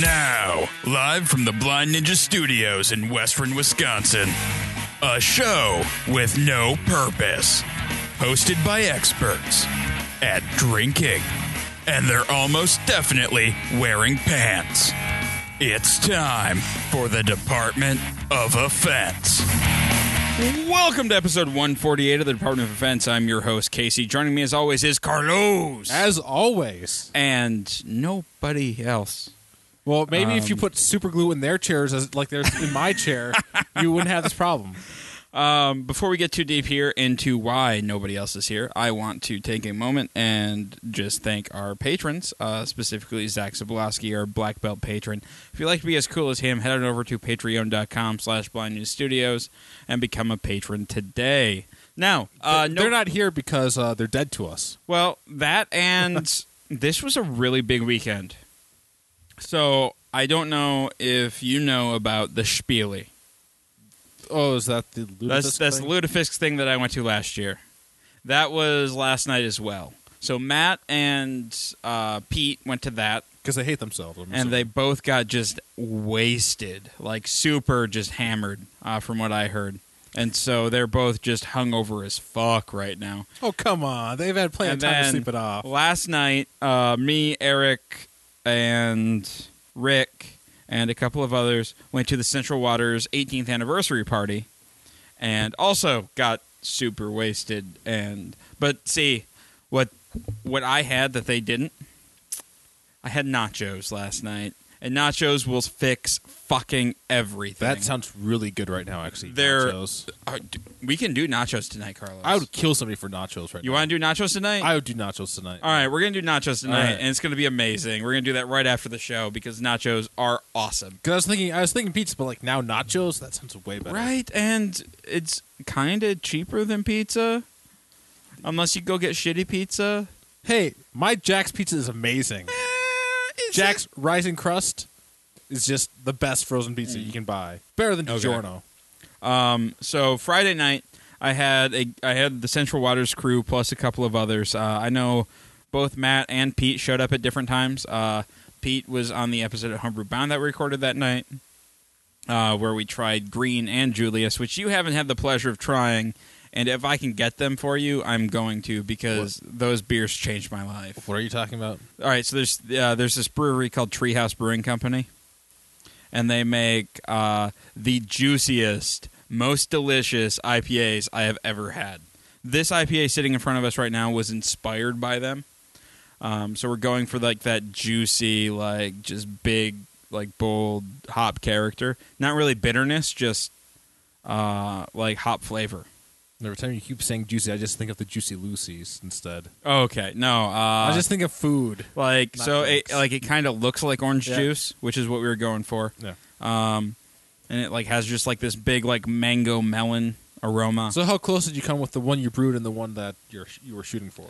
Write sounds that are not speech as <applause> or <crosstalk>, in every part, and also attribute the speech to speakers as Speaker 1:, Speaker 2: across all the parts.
Speaker 1: Now, live from the Blind Ninja Studios in Western Wisconsin, a show with no purpose, hosted by experts at drinking, and they're almost definitely wearing pants. It's time for the Department of Offense. Welcome to episode 148 of the Department of Offense. I'm your host, Casey. Joining me as always is Carlos.
Speaker 2: As always.
Speaker 1: and nobody else. Um,
Speaker 2: Well, maybe if you put super glue in their chairs, as like there's in my chair, you wouldn't have this problem.
Speaker 1: Um, before we get too deep here into why nobody else is here, I want to take a moment and just thank our patrons, uh, specifically Zach Sobolowski, our black belt patron. If you'd like to be as cool as him, head on over to patreon.com slash blind news studios and become a patron today. Now, <laughs> uh, no,
Speaker 2: They're not here because uh, they're dead to us.
Speaker 1: well, that and <laughs> this was a really big weekend. So I don't know if you know about the Spiele.
Speaker 2: Oh, is that the Ludafisk
Speaker 1: That's that's
Speaker 2: thing?
Speaker 1: the Ludafisk thing that I went to last year. That was last night as well. So Matt and uh, Pete went to that,
Speaker 2: because they hate themselves. I'm
Speaker 1: and they both got just wasted, like super, just hammered, uh, from what I heard. And so they're both just hungover as fuck right now.
Speaker 2: assuming. oh come on, they've had plenty of
Speaker 1: And
Speaker 2: time to
Speaker 1: then
Speaker 2: sleep it off.
Speaker 1: Last night, uh, me, Eric, and Rick, and a couple of others went to the Central Waters 18th anniversary party, and also got super wasted. And but see, what what I had that they didn't, I had nachos last night, and nachos will fix fucking everything.
Speaker 2: That sounds really good right now. Actually,
Speaker 1: They're-
Speaker 2: nachos.
Speaker 1: Uh, d- we can do nachos tonight, Carlos.
Speaker 2: I would kill somebody for nachos right
Speaker 1: you
Speaker 2: now.
Speaker 1: want to do nachos tonight?
Speaker 2: I would do nachos tonight.
Speaker 1: All right, we're gonna do nachos tonight,
Speaker 2: All right.
Speaker 1: and it's gonna be amazing. We're gonna do that right after the show because nachos are awesome,
Speaker 2: Because I was thinking, I was thinking pizza, but like now nachos. That sounds way better.
Speaker 1: right? And it's kind of cheaper than pizza, unless you go get shitty pizza.
Speaker 2: Hey, my Jack's pizza is amazing.
Speaker 1: Eh,
Speaker 2: Jack's rising crust is just the best frozen pizza you can buy. Better than
Speaker 1: Okay.
Speaker 2: DiGiorno.
Speaker 1: Um, so Friday night, I had a I had the Central Waters crew plus a couple of others. Uh, I know both Matt and Pete showed up at different times. Uh, Pete was on the episode of Homebrew Bound that we recorded that night, uh, where we tried Green and Julius, which you haven't had the pleasure of trying. And if I can get them for you, I'm going to because those beers changed my life.
Speaker 2: What are you talking about?
Speaker 1: All right, so there's uh, there's this brewery called Treehouse Brewing Company, and they make uh, the juiciest, most delicious IPAs I have ever had. This IPA sitting in front of us right now was inspired by them. Um, so we're going for like that juicy, like just big, like bold hop character. Not really bitterness, just uh, like hop flavor.
Speaker 2: Every time you keep saying juicy, I just think of the Juicy Lucy's instead.
Speaker 1: Okay, no, uh,
Speaker 2: I just think of food.
Speaker 1: like
Speaker 2: Not
Speaker 1: so it
Speaker 2: drinks.
Speaker 1: like it kind of looks like orange
Speaker 2: Yeah.
Speaker 1: juice, which is what we were going for.
Speaker 2: Yeah.
Speaker 1: Um, and it like has just like this big like mango melon aroma.
Speaker 2: Uh. So how close did you come with the one you brewed and the one that you're you were shooting for?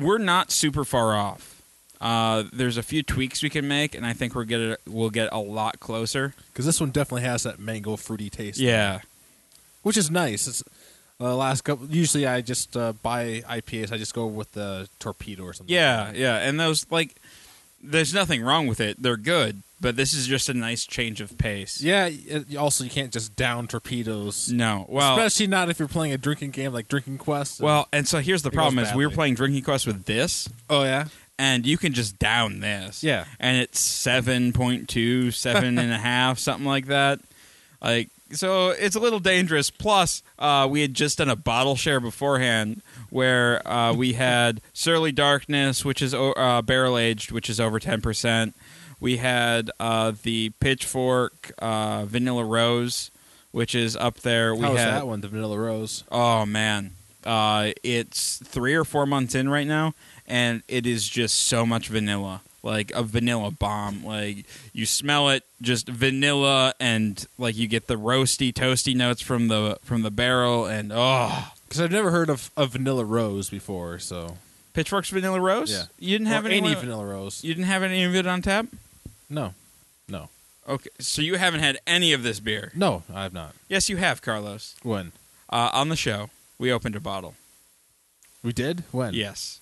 Speaker 1: we're not super far off. Uh, there's a few tweaks we can make, and I think we're get we'll get a lot closer.
Speaker 2: Because this one definitely has that mango fruity taste.
Speaker 1: Yeah,
Speaker 2: which is nice. It's uh, last couple. Usually, I just uh, buy IPAs. I just go with the torpedo or something.
Speaker 1: yeah, yeah. And those like, there's nothing wrong with it. They're good, but this is just a nice change of pace.
Speaker 2: yeah. It, also, you can't just down torpedoes.
Speaker 1: No. Well,
Speaker 2: especially not if you're playing a drinking game like Drinking Quest. and-
Speaker 1: well, and so here's the
Speaker 2: It goes
Speaker 1: problem: is we were
Speaker 2: badly.
Speaker 1: playing Drinking Quest with this,
Speaker 2: oh yeah,
Speaker 1: and you can just down this.
Speaker 2: Yeah.
Speaker 1: <laughs> And it's 7.2, 7 and a half, something like that. Like so it's a little dangerous. Plus, uh, we had just done a bottle share beforehand where uh, we had Surly Darkness, which is o- uh, barrel aged, which is over 10%. We had uh, the Pitchfork uh, Vanilla Rose, which is up there. We
Speaker 2: how was
Speaker 1: had
Speaker 2: Oh, that one? The Vanilla Rose.
Speaker 1: Oh man, uh, it's three or four months in right now, and it is just so much vanilla, like a vanilla bomb. Like you smell it, just vanilla, and like you get the roasty, toasty notes from the from the barrel, and oh,
Speaker 2: Because I've never heard of a Vanilla Rose before. So
Speaker 1: Pitchfork's Vanilla Rose.
Speaker 2: Yeah.
Speaker 1: you didn't
Speaker 2: Or
Speaker 1: have
Speaker 2: any
Speaker 1: one-
Speaker 2: Vanilla Rose.
Speaker 1: You didn't have any of it on tap.
Speaker 2: No, no,
Speaker 1: Okay, so you haven't had any of this beer.
Speaker 2: no. I have not.
Speaker 1: Yes, you have, Carlos.
Speaker 2: When
Speaker 1: Uh, on the show, we opened a bottle.
Speaker 2: we did? When?
Speaker 1: Yes.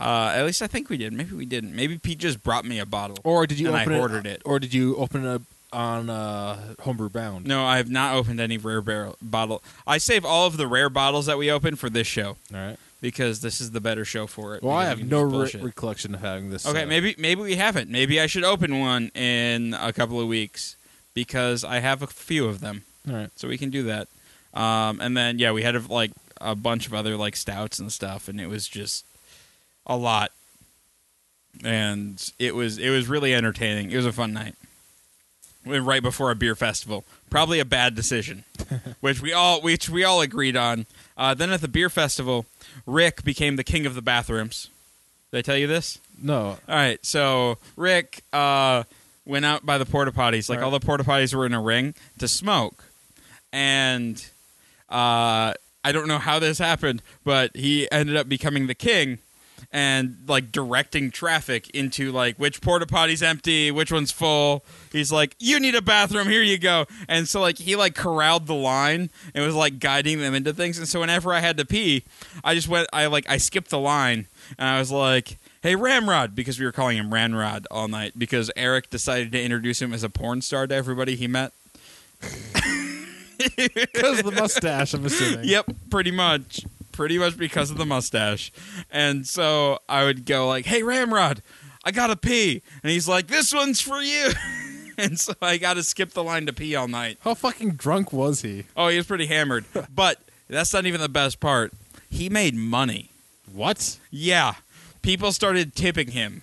Speaker 1: Uh, at least I think we did. Maybe we didn't. Maybe Pete just brought me a bottle.
Speaker 2: Or did you
Speaker 1: And I
Speaker 2: open it,
Speaker 1: ordered it.
Speaker 2: Or did you open it up on uh, homebrew bound?
Speaker 1: no, I have not opened any rare barrel bottle. I save all of the rare bottles that we open for this show
Speaker 2: All right.
Speaker 1: because this is the better show for it.
Speaker 2: Well, I
Speaker 1: because
Speaker 2: have
Speaker 1: we can
Speaker 2: no
Speaker 1: just
Speaker 2: re-
Speaker 1: bullshit.
Speaker 2: recollection of having this.
Speaker 1: Okay,
Speaker 2: uh,
Speaker 1: maybe maybe we haven't. Maybe I should open one in a couple of weeks because I have a few of them,
Speaker 2: All right.
Speaker 1: so we can do that. Um, and then yeah, we had a, like a bunch of other like stouts and stuff, and it was just a lot. And it was it was really entertaining. It was a fun night. We- Right before a beer festival, probably a bad decision, which we all which we all agreed on. Uh, then at the beer festival, Rick became the king of the bathrooms. Did I tell you this?
Speaker 2: No. <laughs>
Speaker 1: All right, so Rick uh, went out by the porta potties. Like
Speaker 2: All
Speaker 1: all
Speaker 2: right.
Speaker 1: the porta potties were in a ring to smoke, and uh, I don't know how this happened, but he ended up becoming the king and like directing traffic into like which porta potty's empty, which one's full. He's like, "You need a bathroom, here you go." And so like he like corralled the line and was like guiding them into things. And so whenever I had to pee, I just went I like I skipped the line and I was like, "Hey Ramrod," because we were calling him Ranrod all night because Eric decided to introduce him as a porn star to everybody he met.
Speaker 2: Because the mustache, I'm assuming.
Speaker 1: Yep, pretty much. Pretty much because of the mustache. And so I would go like, "Hey Ramrod, I got to pee." And he's like, "This one's for you." <laughs> and so I got to skip the line to pee all night.
Speaker 2: How fucking drunk was he?
Speaker 1: Oh, he was pretty hammered. but that's not even the best part. He made money.
Speaker 2: What?
Speaker 1: Yeah. People started tipping him.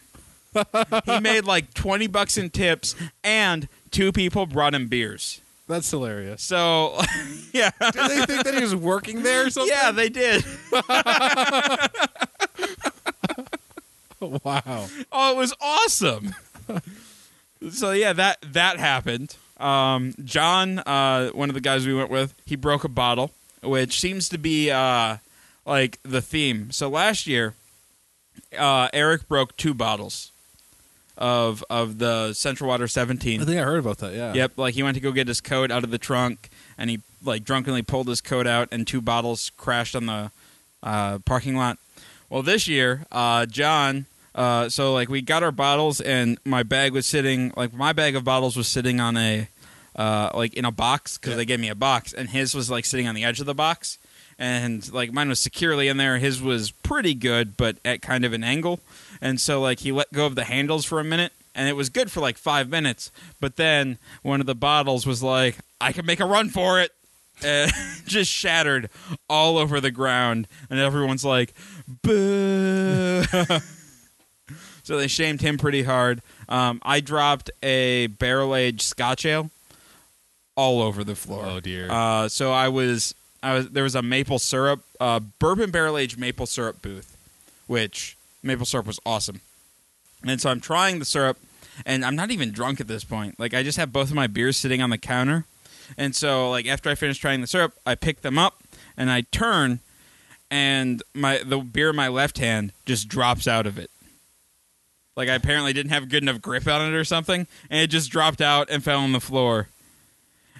Speaker 1: he made like 20 bucks in tips and two people brought him beers.
Speaker 2: That's hilarious.
Speaker 1: So, <laughs> yeah.
Speaker 2: Did they think that he was working there or something?
Speaker 1: <laughs> Yeah, they did.
Speaker 2: <laughs> Wow.
Speaker 1: Oh, it was awesome. <laughs> so yeah, that that happened. Um, John, uh, one of the guys we went with, he broke a bottle, which seems to be uh, like the theme. So last year, uh, Eric broke two bottles of of the Central Water
Speaker 2: I
Speaker 1: 17.
Speaker 2: think I heard about that. Yeah.
Speaker 1: Yep, like he went to go get his coat out of the trunk, and he like drunkenly pulled his coat out, and two bottles crashed on the uh, parking lot. Well, this year, uh, John, uh, so like we got our bottles, and my bag was sitting like my bag of bottles was sitting on a uh, like in a box because
Speaker 2: Yeah.
Speaker 1: they gave me a box, and his was like sitting on the edge of the box, and like mine was securely in there. His was pretty good, but at kind of an angle, and so like he let go of the handles for a minute. And it was good for like five minutes, but then one of the bottles was like, "I can make a run for it," and uh, <laughs> just shattered all over the ground, and everyone's like, "Boo!" <laughs> so they shamed him pretty hard. Um, I dropped a barrel aged Scotch ale all over the floor.
Speaker 2: Oh, dear.
Speaker 1: Uh, so I was, I was there was a maple syrup, uh, bourbon barrel aged maple syrup booth, which maple syrup was awesome. And so I'm trying the syrup, and I'm not even drunk at this point. Like I just have both of my beers sitting on the counter, and so like after I finish trying the syrup, I pick them up and I turn, and my the beer in my left hand just drops out of it. Like I apparently didn't have good enough grip on it or something, and it just dropped out and fell on the floor.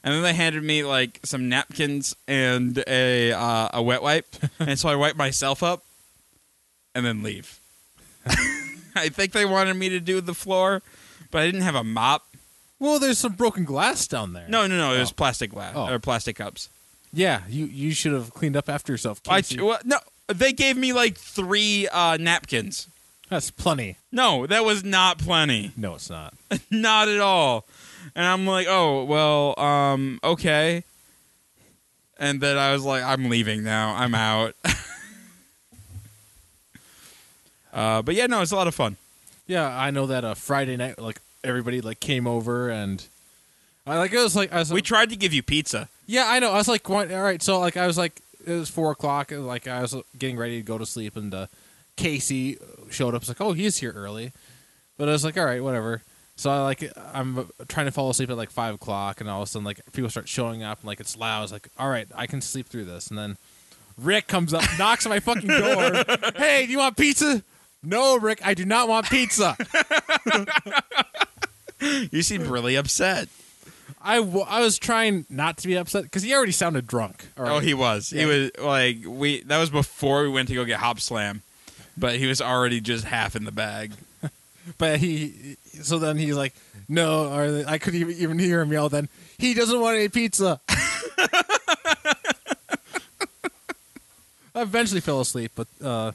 Speaker 1: And then they handed me like some napkins and a uh, a
Speaker 2: <laughs>
Speaker 1: wet wipe, and so I wiped myself up, and then leave.
Speaker 2: <laughs>
Speaker 1: I think they wanted me to do the floor, but I didn't have a mop.
Speaker 2: Well, there's some broken glass down there.
Speaker 1: No, no, no. It was plastic glass
Speaker 2: Oh.
Speaker 1: or plastic cups.
Speaker 2: Yeah. You you should have cleaned up after yourself.
Speaker 1: I
Speaker 2: Casey.
Speaker 1: well, no. They gave me like three uh, napkins.
Speaker 2: That's plenty.
Speaker 1: No, that was not plenty.
Speaker 2: No, it's not.
Speaker 1: not at all. And I'm like, oh well, um, okay. And then I was like, I'm leaving now. I'm out. <laughs> uh, but yeah, no, it's a lot of fun.
Speaker 2: Yeah, I know that uh, Friday night, like everybody like came over and I like it was like I was
Speaker 1: We tried to give you pizza.
Speaker 2: yeah I know I was like one, all right so like I was like it was four o'clock and, like I was getting ready to go to sleep and uh, Casey showed up. It's like oh he's here early, but I was like all right whatever. So I like I'm trying to fall asleep at like five o'clock and all of a sudden like people start showing up and like it's loud. It's like all right I can sleep through this and then Rick comes up <laughs> knocks on my fucking door. hey do you want pizza? No, Rick, I do not want pizza.
Speaker 1: You seemed really upset.
Speaker 2: I, w- I was trying not to be upset because he already sounded drunk. all
Speaker 1: Oh,
Speaker 2: right?
Speaker 1: he was. He was like we. That was before we went to go get Hop Slam, but he was already just half in the bag.
Speaker 2: But he, so then he's like, no, or the- I couldn't even, even hear him yell. Then he doesn't want any pizza. <laughs> I eventually fell asleep, but uh,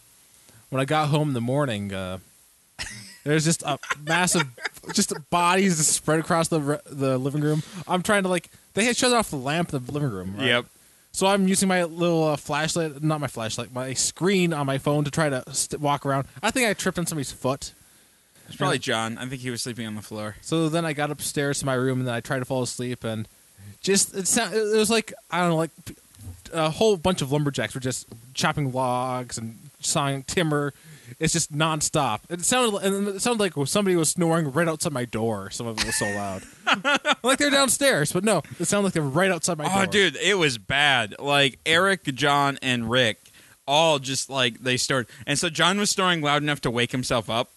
Speaker 2: when I got home in the morning, uh, there's just a massive, just bodies spread across the re- the living room. I'm trying to like, they had shut off the lamp in the living room. Right?
Speaker 1: Yep.
Speaker 2: So I'm using my little uh, flashlight, not my flashlight, my screen on my phone to try to st- walk around. I think I tripped on somebody's foot.
Speaker 1: It's probably John. I think he was sleeping on the floor.
Speaker 2: So then I got upstairs to my room and then I tried to fall asleep and just it sound it was like I don't know like a whole bunch of lumberjacks were just chopping logs and sawing timber. It's just nonstop. It sounded and it sounded like somebody was snoring right outside my door. Some of it was so loud, <laughs> like they're downstairs, but no, it sounded like they're right outside my door.
Speaker 1: Oh, dude, it was bad. Like Eric, John, and Rick all just like they started, and so John was snoring loud enough to wake himself up,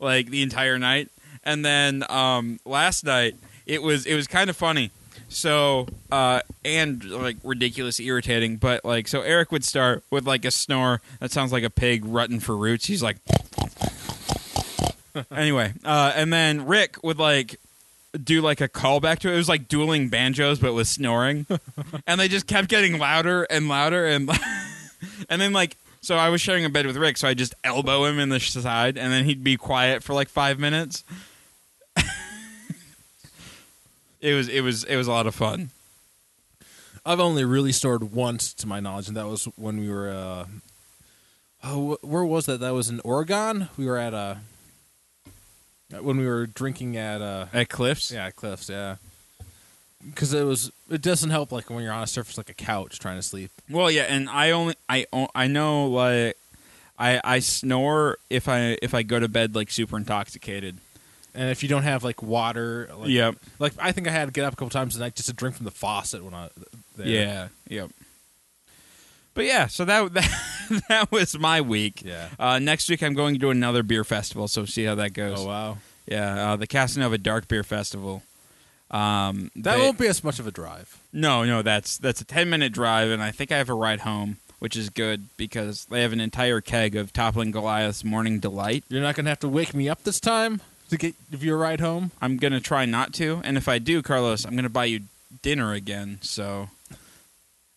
Speaker 1: like the entire night. And then um, last night, it was it was kind of funny. So uh, and like ridiculous, irritating, but like so Eric would start with like a snore that sounds like a pig rutting for roots. He's like, <laughs> anyway, uh, and then Rick would like do like a callback to it. It was like dueling banjos, but with <laughs> snoring, and they just kept getting louder and louder and <laughs> and then like so I was sharing a bed with Rick, so I just elbow him in the side, and then he'd be quiet for like five minutes. <laughs> it was it was it was a lot of fun.
Speaker 2: I've only really snored once to my knowledge, and that was when we were. Uh, oh, wh- where was that? That was in Oregon. We were at a. When we were drinking at uh
Speaker 1: At Cliffs,
Speaker 2: yeah cliffs yeah, because it was it doesn't help like when you're on a surface like a couch trying to sleep.
Speaker 1: Well, yeah, and I only I o- I know like I I snore if I if I go to bed like super intoxicated.
Speaker 2: And if you don't have like water, like,
Speaker 1: Yep.
Speaker 2: Like I think I had to get up a couple times a night just to drink from the faucet when I. There.
Speaker 1: Yeah. Yep. But yeah, so that <laughs> that, that was my week.
Speaker 2: Yeah.
Speaker 1: Uh, next week I'm going to another beer festival, so see how that goes.
Speaker 2: Oh wow.
Speaker 1: Yeah, uh, the Casanova Dark Beer Festival. Um,
Speaker 2: That
Speaker 1: they-
Speaker 2: won't be as much of a drive.
Speaker 1: no, no, that's that's a ten minute drive, and I think I have a ride home, which is good because they have an entire keg of Toppling Goliath's Morning Delight.
Speaker 2: You're not gonna have to wake me up this time to get if you ride home.
Speaker 1: I'm gonna try not to, and if I do, Carlos, I'm gonna buy you dinner again. So,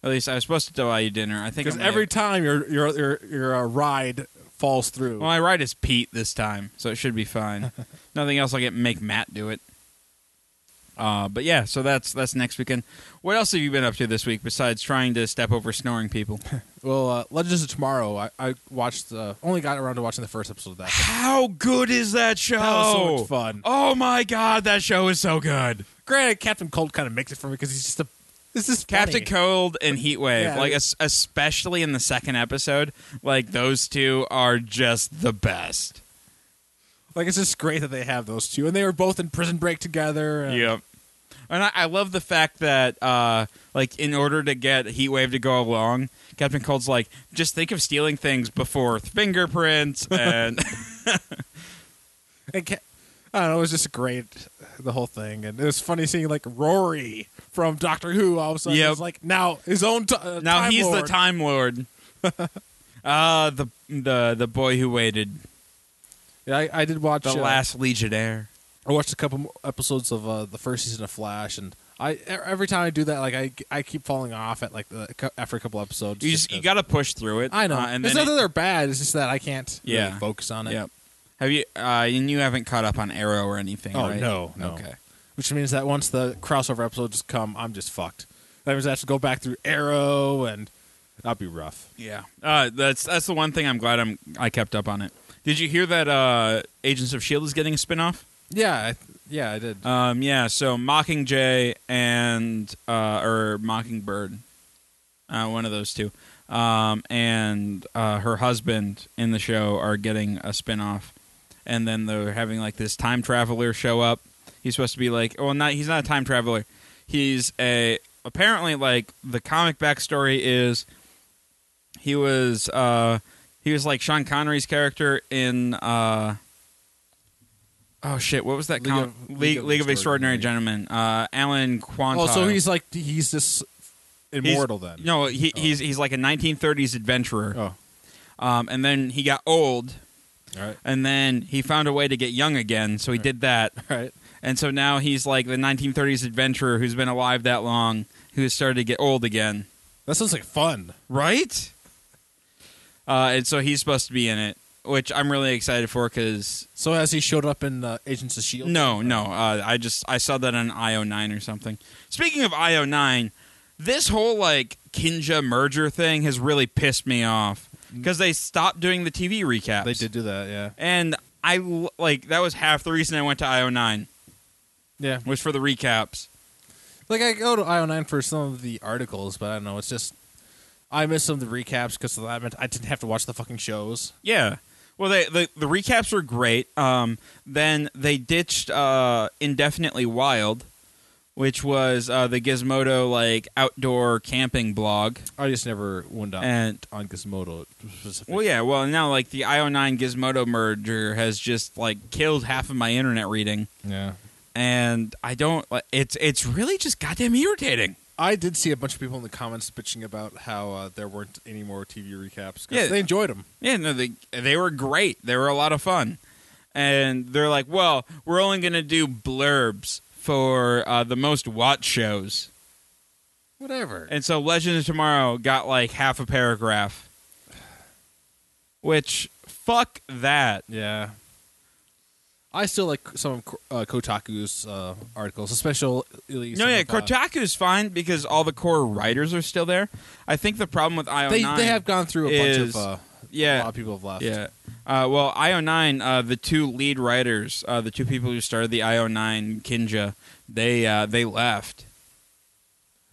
Speaker 1: at least I was supposed to buy you dinner. I think
Speaker 2: Because
Speaker 1: I'm gonna-
Speaker 2: every time your your your your uh, ride falls through.
Speaker 1: Well, my ride is Pete this time, so it should be
Speaker 2: <laughs>
Speaker 1: fine. Nothing else. I'll get make Matt do it. Uh, but yeah, so that's that's next weekend. What else have you been up to this week besides trying to step over snoring
Speaker 2: <laughs>
Speaker 1: people?
Speaker 2: well, uh, Legends of Tomorrow. I, I watched uh, only got around to watching the first episode of that.
Speaker 1: How good is that show?
Speaker 2: was so much fun.
Speaker 1: Oh my god, that show is so good.
Speaker 2: Granted, Captain Cold kind of makes it for me because he's just a this is funny.
Speaker 1: Captain Cold and Heatwave,
Speaker 2: Yeah.
Speaker 1: like es- especially in the second episode, like those two are just the best.
Speaker 2: Like it's just great that they have those two, and they were both in Prison Break together. and-
Speaker 1: Yep. And I, I love the fact that, uh, like, in order to get Heatwave to go along, Captain Cold's like, just think of stealing things before
Speaker 2: <laughs>
Speaker 1: fingerprints, and
Speaker 2: and Ca- I don't know, it was just great the whole thing, and it was funny seeing like Rory from Doctor Who all of a sudden
Speaker 1: Yep.
Speaker 2: is like now his own t- uh,
Speaker 1: <laughs> now
Speaker 2: Time
Speaker 1: he's
Speaker 2: Lord.
Speaker 1: the
Speaker 2: <laughs>
Speaker 1: Time Lord. uh, the the the boy who waited,
Speaker 2: Yeah, I, I did watch
Speaker 1: the
Speaker 2: uh,
Speaker 1: last Legionnaire.
Speaker 2: I watched a couple more episodes of uh, the first season of Flash, and I e- every time I do that, like I, I keep falling off at like the, cou- after a couple episodes.
Speaker 1: You just you
Speaker 2: 'cause-
Speaker 1: got to push through it.
Speaker 2: I know,
Speaker 1: uh, and
Speaker 2: it's
Speaker 1: then
Speaker 2: not
Speaker 1: it-
Speaker 2: that they're bad. It's just that I can't really
Speaker 1: Yeah.
Speaker 2: focus on it.
Speaker 1: Yep. Have you? Uh, and you haven't caught up on Arrow or anything?
Speaker 2: Oh
Speaker 1: right?
Speaker 2: no, no.
Speaker 1: Okay.
Speaker 2: Which means that once the crossover episodes come, I'm just fucked. That means I have to go back through Arrow, and that'd be rough.
Speaker 1: Yeah, uh, that's that's the one thing I'm glad I'm I kept up on it. Did you hear that uh, Agents of Shield is getting a spinoff?
Speaker 2: Yeah, I, yeah, I did.
Speaker 1: Um, yeah, so Mockingjay and uh, or Mockingbird, uh, one of those two, um, and uh, her husband in the show are getting a spinoff, and then they're having like this time traveler show up. He's supposed to be like, well, not he's not a time traveler. He's a apparently like the comic backstory is he was uh, he was like Sean Connery's character in. Uh, Oh shit! What was that?
Speaker 2: League
Speaker 1: comic-
Speaker 2: of-
Speaker 1: League, League, of Extraordinary Gentlemen. Uh, Alan Quantock.
Speaker 2: oh, so he's like he's this
Speaker 1: He's-
Speaker 2: immortal then.
Speaker 1: No, he, he's he's like a 1930s adventurer.
Speaker 2: Oh.
Speaker 1: Um, and then he got old,
Speaker 2: All right.
Speaker 1: and then he found a way to get young again, so he did that.
Speaker 2: All right.
Speaker 1: And so now he's like the 1930s adventurer who's been alive that long, who has started to get old again.
Speaker 2: That sounds like fun.
Speaker 1: Right? Uh, and so he's supposed to be in it, which I'm really excited for because
Speaker 2: So as he showed up in uh, Agents of Shield.
Speaker 1: no, no, uh, I just I saw that on IO9 or something. Speaking of IO9, this whole like Kinja merger thing has really pissed me off because they stopped doing the TV recaps.
Speaker 2: Mm. they did do that. Yeah.
Speaker 1: and I l- like that was half the reason I went to IO9
Speaker 2: Yeah.
Speaker 1: was for the recaps.
Speaker 2: Like I go to IO9 for some of the articles, but I don't know. It's just I missed some of the recaps because that meant I didn't have to watch the fucking shows.
Speaker 1: Yeah. Well, they, the the recaps were great. Um, then they ditched uh, indefinitely wild, which was uh, the Gizmodo like outdoor camping blog.
Speaker 2: I just never wound up
Speaker 1: And-
Speaker 2: on Gizmodo specifically.
Speaker 1: Well, yeah. Well, now like the IO9 Gizmodo merger has just like killed half of my internet reading,
Speaker 2: yeah.
Speaker 1: and I don't. Like, it's it's really just goddamn irritating.
Speaker 2: I did see a bunch of people in the comments bitching about how uh, there weren't any more TV recaps. 'cause
Speaker 1: Yeah.
Speaker 2: they enjoyed them.
Speaker 1: Yeah, no, they they were great. They were a lot of fun, and they're like, well, we're only gonna do blurbs for uh, the most watched shows,
Speaker 2: Whatever.
Speaker 1: and so Legend of Tomorrow got like half a paragraph, which fuck that.
Speaker 2: yeah. I still like some of Ko- uh, Kotaku's uh, articles, especially
Speaker 1: No, yeah,
Speaker 2: Kotaku.
Speaker 1: Kotaku's fine because all the core writers are still there. I think the problem with IO9
Speaker 2: they, they have gone through a bunch of
Speaker 1: is-
Speaker 2: uh, a lot
Speaker 1: yeah
Speaker 2: of people have left.
Speaker 1: Yeah. Uh, well, IO9, uh, the two lead writers, uh, the two people who started the IO9 Kinja, they uh, they left.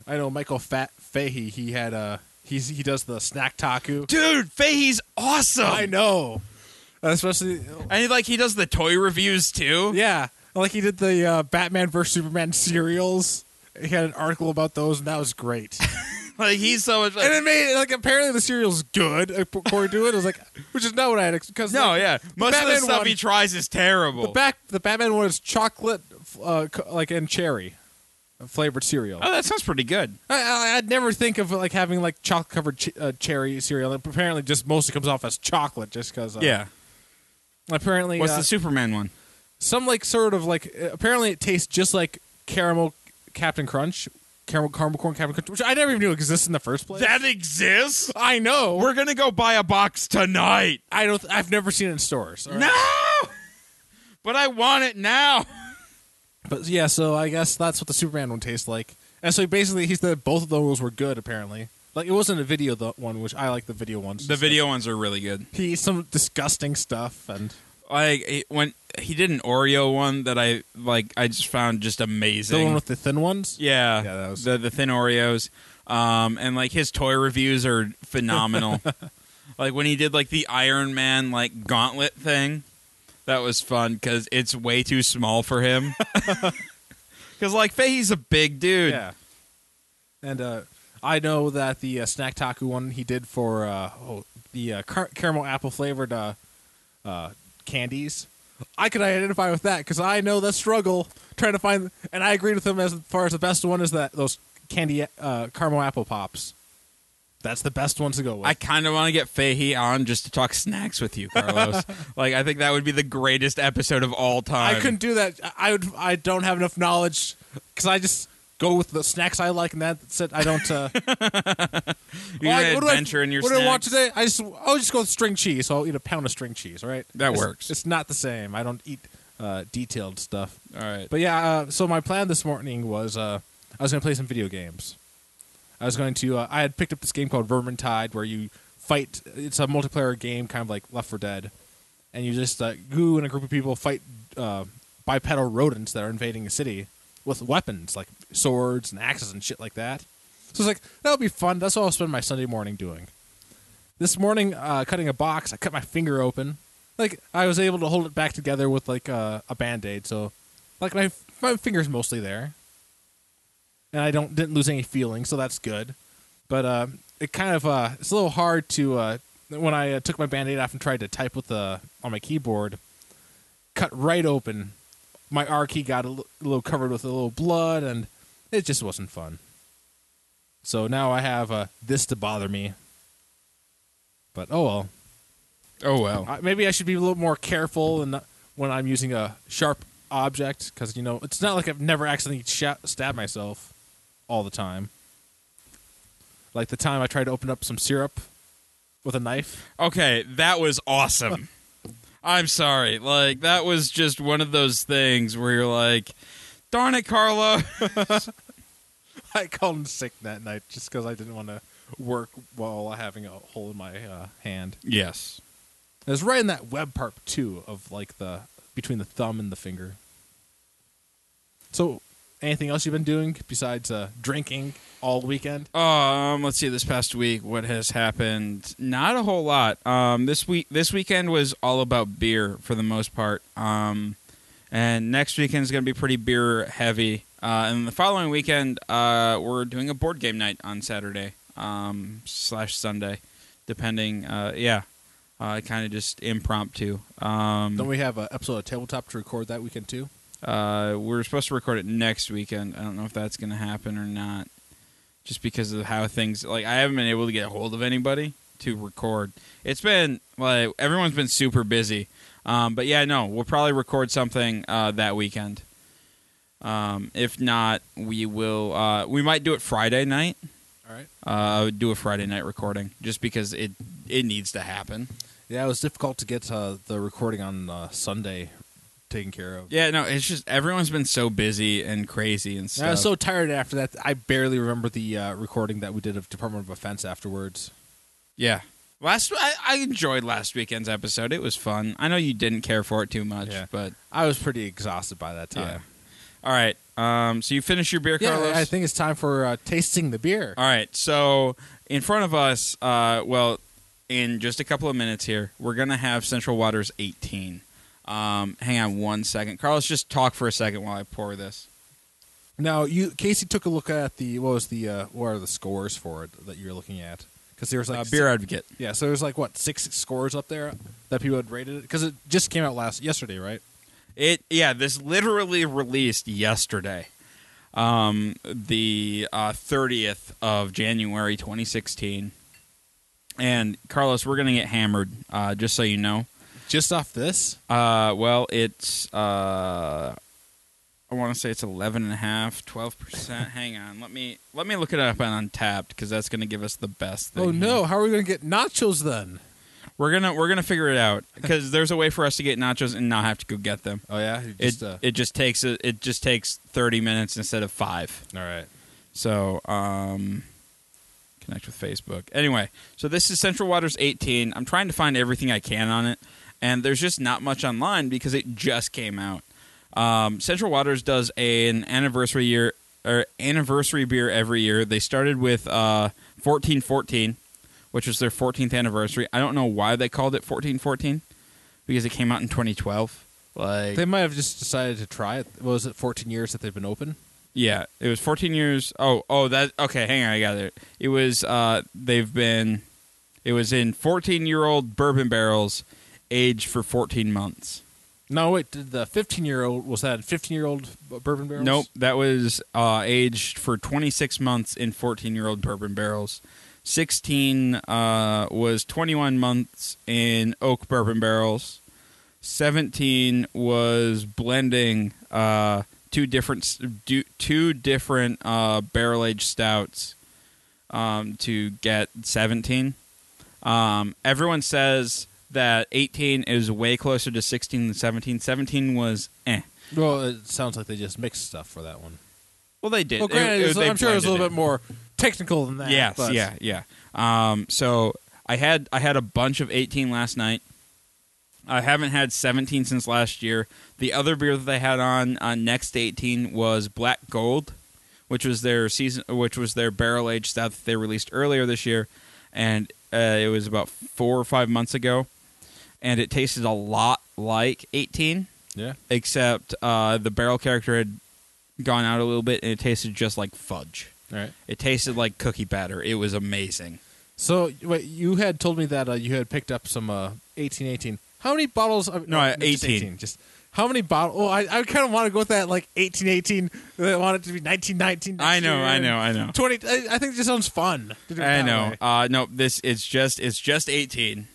Speaker 2: I know Michael Fat Fahey. He had uh he's he does the snack taku.
Speaker 1: Dude, Fahey's awesome.
Speaker 2: I know, especially
Speaker 1: And like he does the toy reviews too.
Speaker 2: yeah, like he did the uh, Batman vs Superman serials. He had an article about those, and that was
Speaker 1: <laughs>
Speaker 2: great.
Speaker 1: <laughs> Like he's so much. Like,
Speaker 2: and it made like apparently the serial's good uh, according to it. It was like which is not what I had because
Speaker 1: no, yeah. Most of the
Speaker 2: Batman
Speaker 1: stuff
Speaker 2: one-
Speaker 1: he tries is terrible.
Speaker 2: the back the Batman one is chocolate uh, co- like and cherry uh, flavored cereal.
Speaker 1: oh, that sounds pretty good.
Speaker 2: I, I, I'd never think of like having like chocolate covered ch- uh, cherry cereal. It apparently, just mostly comes off as chocolate, just because. Uh,
Speaker 1: yeah.
Speaker 2: Apparently,
Speaker 1: What's
Speaker 2: uh,
Speaker 1: the Superman one?
Speaker 2: some like sort of like uh, apparently it tastes just like caramel Captain Crunch, caramel caramel corn Captain Crunch, which I never even knew existed in the first place.
Speaker 1: exists.
Speaker 2: I know.
Speaker 1: We're gonna go buy a box tonight.
Speaker 2: I don't. I've never seen it in stores. all right?
Speaker 1: No, but I want it now.
Speaker 2: But yeah, so I guess that's what the Superman one tastes like. And so basically, he said both of those were good. Apparently, like it wasn't a video the one, which I like the video ones.
Speaker 1: The video ones are really good.
Speaker 2: He eats some disgusting stuff and.
Speaker 1: like he- when he did an Oreo one that I like, I just found just amazing.
Speaker 2: The one with the thin ones?
Speaker 1: yeah,
Speaker 2: Yeah, that was-
Speaker 1: the the thin Oreos, um, and like his toy reviews are phenomenal.
Speaker 2: <laughs>
Speaker 1: like when he did like the Iron Man like gauntlet thing, that was fun because it's way too small
Speaker 2: <laughs>
Speaker 1: for him. <laughs> Because like Fahey's a big dude.
Speaker 2: Yeah. And uh, I know that the uh, snack taku one he did for uh, oh, the uh, car- caramel apple flavored uh, uh, candies. I could identify with that because I know the struggle trying to find, and I agreed with him as far as the best one is that those candy uh, caramel apple pops. That's the best ones to go with.
Speaker 1: I kind of want to get Fahey on just to talk snacks with
Speaker 2: <laughs>
Speaker 1: you, Carlos. like, I think that would be the greatest episode of all time.
Speaker 2: I couldn't do that. I- I would. I don't have enough knowledge because I just go with the snacks I like, and that's it. I don't. Uh,
Speaker 1: You're
Speaker 2: Well,
Speaker 1: gonna
Speaker 2: I- what do I-
Speaker 1: adventure in your
Speaker 2: What do I want
Speaker 1: snacks.
Speaker 2: today? I just I'll just go with string cheese. So I'll eat a pound of string cheese. All right,
Speaker 1: That
Speaker 2: It's-
Speaker 1: works.
Speaker 2: It's not the same. I don't eat uh, detailed stuff.
Speaker 1: All right.
Speaker 2: But yeah, uh, so my plan this morning was uh, I was going to play some video games. I was going to. Uh, I had picked up this game called Vermintide, where you fight. It's a multiplayer game, kind of like Left 4 Dead, and you just uh, you and a group of people fight uh, bipedal rodents that are invading a city with weapons like swords and axes and shit like that. So it's like that would be fun. That's what I'll spend my Sunday morning doing. This morning, uh, cutting a box, I cut my finger open. Like I was able to hold it back together with like uh, a band aid. So, like my my finger's mostly there, and I don't didn't lose any feeling, so that's good. But uh, it kind of uh, it's a little hard to uh, when I uh, took my band aid off and tried to type with the on my keyboard, cut right open. My R key got a li- little covered with a little blood, and it just wasn't fun. So now I have uh, this to bother me. But oh well,
Speaker 1: Oh well.
Speaker 2: I, maybe I should be a little more careful and not- when I'm using a sharp object because you know it's not like I've never accidentally sha stabbed myself all the time. Like the time I tried to open up some syrup with a knife.
Speaker 1: Okay, that was awesome. I'm sorry. Like that was just one of those things where you're like, "Darn it, Carlo."
Speaker 2: <laughs>
Speaker 1: <laughs>
Speaker 2: I called him sick that night just because I didn't want to work while having a hole in my uh, hand.
Speaker 1: yes.
Speaker 2: It was right in that web part too of like the between the thumb and the finger. So, anything else you've been doing besides uh, drinking all weekend?
Speaker 1: Um, let's see. This past week, what has happened? Not a whole lot. Um, this week, this weekend was all about beer for the most part. Um, and next weekend is going to be pretty beer heavy. Uh, and the following weekend, uh, we're doing a board game night on Saturday um, slash Sunday, depending. Uh, yeah, uh, kind of just impromptu. Um,
Speaker 2: Don't we have an episode of Tabletop to record that weekend too?
Speaker 1: uh, we're supposed to record it next weekend. I don't know if that's going to happen or not, just because of how things. Like I haven't been able to get a hold of anybody to record. It's been like everyone's been super busy. Um, but yeah, no, we'll probably record something uh, that weekend. Um, if not, we will. Uh, we might do it Friday night.
Speaker 2: All right.
Speaker 1: Uh, I would do a Friday night recording just because it it needs to happen.
Speaker 2: Yeah, it was difficult to get uh, the recording on uh, Sunday taken care of.
Speaker 1: Yeah, no, it's just everyone's been so busy and crazy and stuff.
Speaker 2: I was so tired after that. I barely remember the uh, recording that we did of Department of Offense afterwards.
Speaker 1: Yeah. Last I, I enjoyed last weekend's episode. It was fun. I know you didn't care for it too much,
Speaker 2: Yeah.
Speaker 1: but
Speaker 2: I was pretty exhausted by that
Speaker 1: yeah.
Speaker 2: time.
Speaker 1: All right. Um, so you finish your beer, Carlos.
Speaker 2: I think it's time for uh, tasting the beer.
Speaker 1: All right. So in front of us, uh, well, in just a couple of minutes here, we're gonna have Central Waters 18. Um, hang on one second, Carlos. Just talk for a second while I pour this.
Speaker 2: Now, you Casey took a look at the what was the uh, what are the scores for it that you're looking at? Because there was like
Speaker 1: Uh, beer Advocate.
Speaker 2: Yeah, so there's like what six scores up there that people had rated it because it just came out last yesterday, right?
Speaker 1: It yeah, this literally released yesterday, um, the uh, thirtieth of January, twenty sixteen. And Carlos, we're gonna get hammered. Uh, just so you know.
Speaker 2: Just off this,
Speaker 1: Uh, well, it's uh, I want to say it's 11 and a half, 12 percent. Hang on, let me let me look it up on Untapped because that's gonna give us the best. thing.
Speaker 2: Oh no! How are we going to get nachos then?
Speaker 1: we're gonna we're gonna figure it out because there's a way for us to get nachos and not have to go get them.
Speaker 2: Oh yeah,
Speaker 1: it it just takes a, it just takes 30 minutes instead of five
Speaker 2: all right.
Speaker 1: so um connect with facebook anyway so this is central waters 18 i'm trying to find everything i can on it and there's just not much online because it just came out um, central waters does an anniversary year or anniversary beer every year they started with uh 1414 which was their 14th anniversary i don't know why they called it 1414 because it came out in 2012 like
Speaker 2: They might have just decided to try it. What was it 14 years that they've been open?
Speaker 1: Yeah, it was 14 years. Oh, oh, that okay. Hang on, I got it. It was uh, they've been, it was in 14 year old bourbon barrels, aged for 14 months.
Speaker 2: No, wait. Did the 15 year old was that 15 year old bourbon barrels?
Speaker 1: Nope, that was uh, aged for 26 months in 14 year old bourbon barrels. 16 uh, was 21 months in oak bourbon barrels. 17 was blending uh, two different s- du- two different uh, barrel aged stouts um, to get 17. Um, everyone says that 18 is way closer to 16 than 17. 17 was eh.
Speaker 2: Well, it sounds like they just mixed stuff for that one.
Speaker 1: Well, they did.
Speaker 2: Well, granted,
Speaker 1: It- it-
Speaker 2: it's-
Speaker 1: they
Speaker 2: I'm sure it was a
Speaker 1: blended
Speaker 2: little bit more technical than that.
Speaker 1: Yes,
Speaker 2: but-
Speaker 1: yeah, yeah. Um, so I had I had a bunch of 18 last night. I haven't had 17 since last year. The other beer that they had on uh, next to 18 was Black Gold, which was their season, which was their barrel aged stout that they released earlier this year, and uh, it was about four or five months ago, and it tasted a lot like 18
Speaker 2: yeah.
Speaker 1: except uh, the barrel character had gone out a little bit and it tasted just like fudge.
Speaker 2: All right.
Speaker 1: It tasted like cookie batter. It was amazing.
Speaker 2: So wait, you had told me that uh, you had picked up some uh, 1818. How many bottles? Uh,
Speaker 1: No, I-
Speaker 2: just 18.
Speaker 1: 18.
Speaker 2: Just how many bottles? Oh, I, I kind of want to go with that like 1818. I want it to be 1919. next
Speaker 1: I know,
Speaker 2: year.
Speaker 1: I know, I know.
Speaker 2: 20. I, I think this sounds fun. to do it
Speaker 1: I
Speaker 2: that
Speaker 1: know.
Speaker 2: way.
Speaker 1: Uh, no, this it's just it's just eighteen.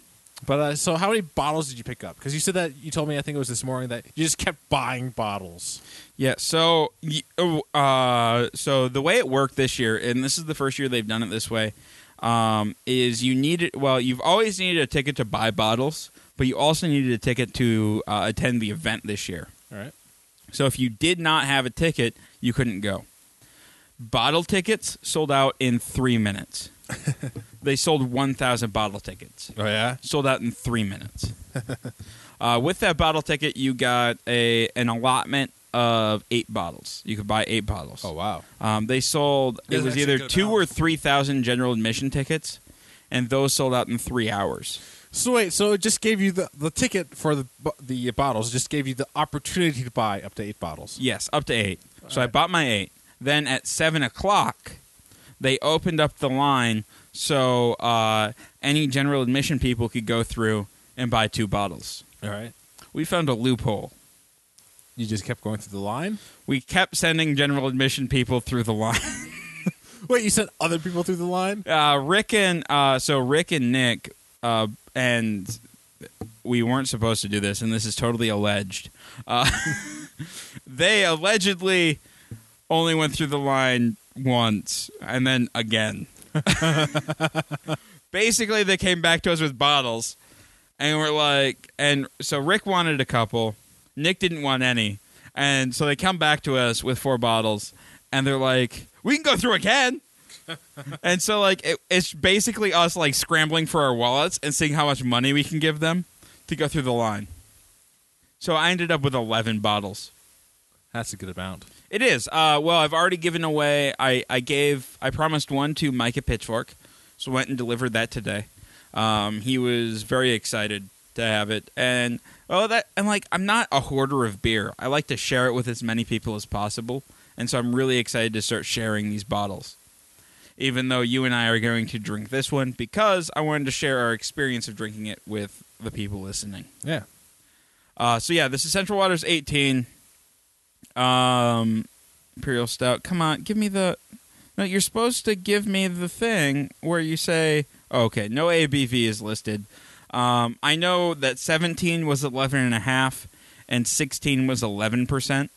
Speaker 2: But uh, so, how many bottles did you pick up? Because you said that you told me I think it was this morning that you just kept buying bottles.
Speaker 1: Yeah. So, y- oh, uh, so the way it worked this year, and this is the first year they've done it this way, um, is you needed. Well, you've always needed a ticket to buy bottles, but you also needed a ticket to uh, attend the event this year.
Speaker 2: All right.
Speaker 1: So if you did not have a ticket, you couldn't go. Bottle tickets sold out in
Speaker 2: <laughs>
Speaker 1: three minutes. they sold 1,000 bottle tickets.
Speaker 2: Oh yeah.
Speaker 1: Sold out in
Speaker 2: <laughs>
Speaker 1: three minutes. uh, with that bottle ticket, you got a an allotment of eight bottles. You could buy eight bottles.
Speaker 2: Oh wow.
Speaker 1: Um, they sold.
Speaker 3: That's
Speaker 1: it was
Speaker 3: actually
Speaker 1: either
Speaker 3: good
Speaker 1: two or
Speaker 3: amount.
Speaker 1: three thousand general admission tickets, and those sold out in three hours.
Speaker 2: So wait, so it just gave you the, the ticket for the bo- the bottles. It just gave you the opportunity to buy up to eight bottles.
Speaker 1: Yes, up to eight. so I bought my eight. Then at seven o'clock, they opened up the line so uh, any general admission people could go through and buy two bottles.
Speaker 2: All right.
Speaker 1: We found a loophole.
Speaker 2: You just kept going through the line.
Speaker 1: We kept sending general admission people through the line.
Speaker 2: Wait, you sent other people through the line?
Speaker 1: uh, Rick and uh, so Rick and Nick uh, and we weren't supposed to do this, and this is totally alleged. Uh, <laughs> they allegedly only went through the line once and then again. <laughs> Basically, they came back to us with bottles, and we're like, and so Rick wanted a couple, Nick didn't want any, and so they come back to us with four bottles, and they're like, we can go through again. And so like it, it's basically us like scrambling for our wallets and seeing how much money we can give them to go through the line. So I ended up with 11 bottles.
Speaker 2: That's a good amount.
Speaker 1: It is. Uh, well, I've already given away. I, I gave. I promised one to Micah Pitchfork, so went and delivered that today. Um, he was very excited to have it, and oh, that and like I'm not a hoarder of beer. I like to share it with as many people as possible, and so I'm really excited to start sharing these bottles. Even though you and I are going to drink this one, because I wanted to share our experience of drinking it with the people listening.
Speaker 2: Yeah.
Speaker 1: Uh, so yeah, this is Central Waters 18. Um, Imperial Stout. Come on, give me the. No, you're supposed to give me the thing where you say, oh, okay, no ABV is listed. Um, I know that 17 was 11 and a half, and 16 was 11 percent.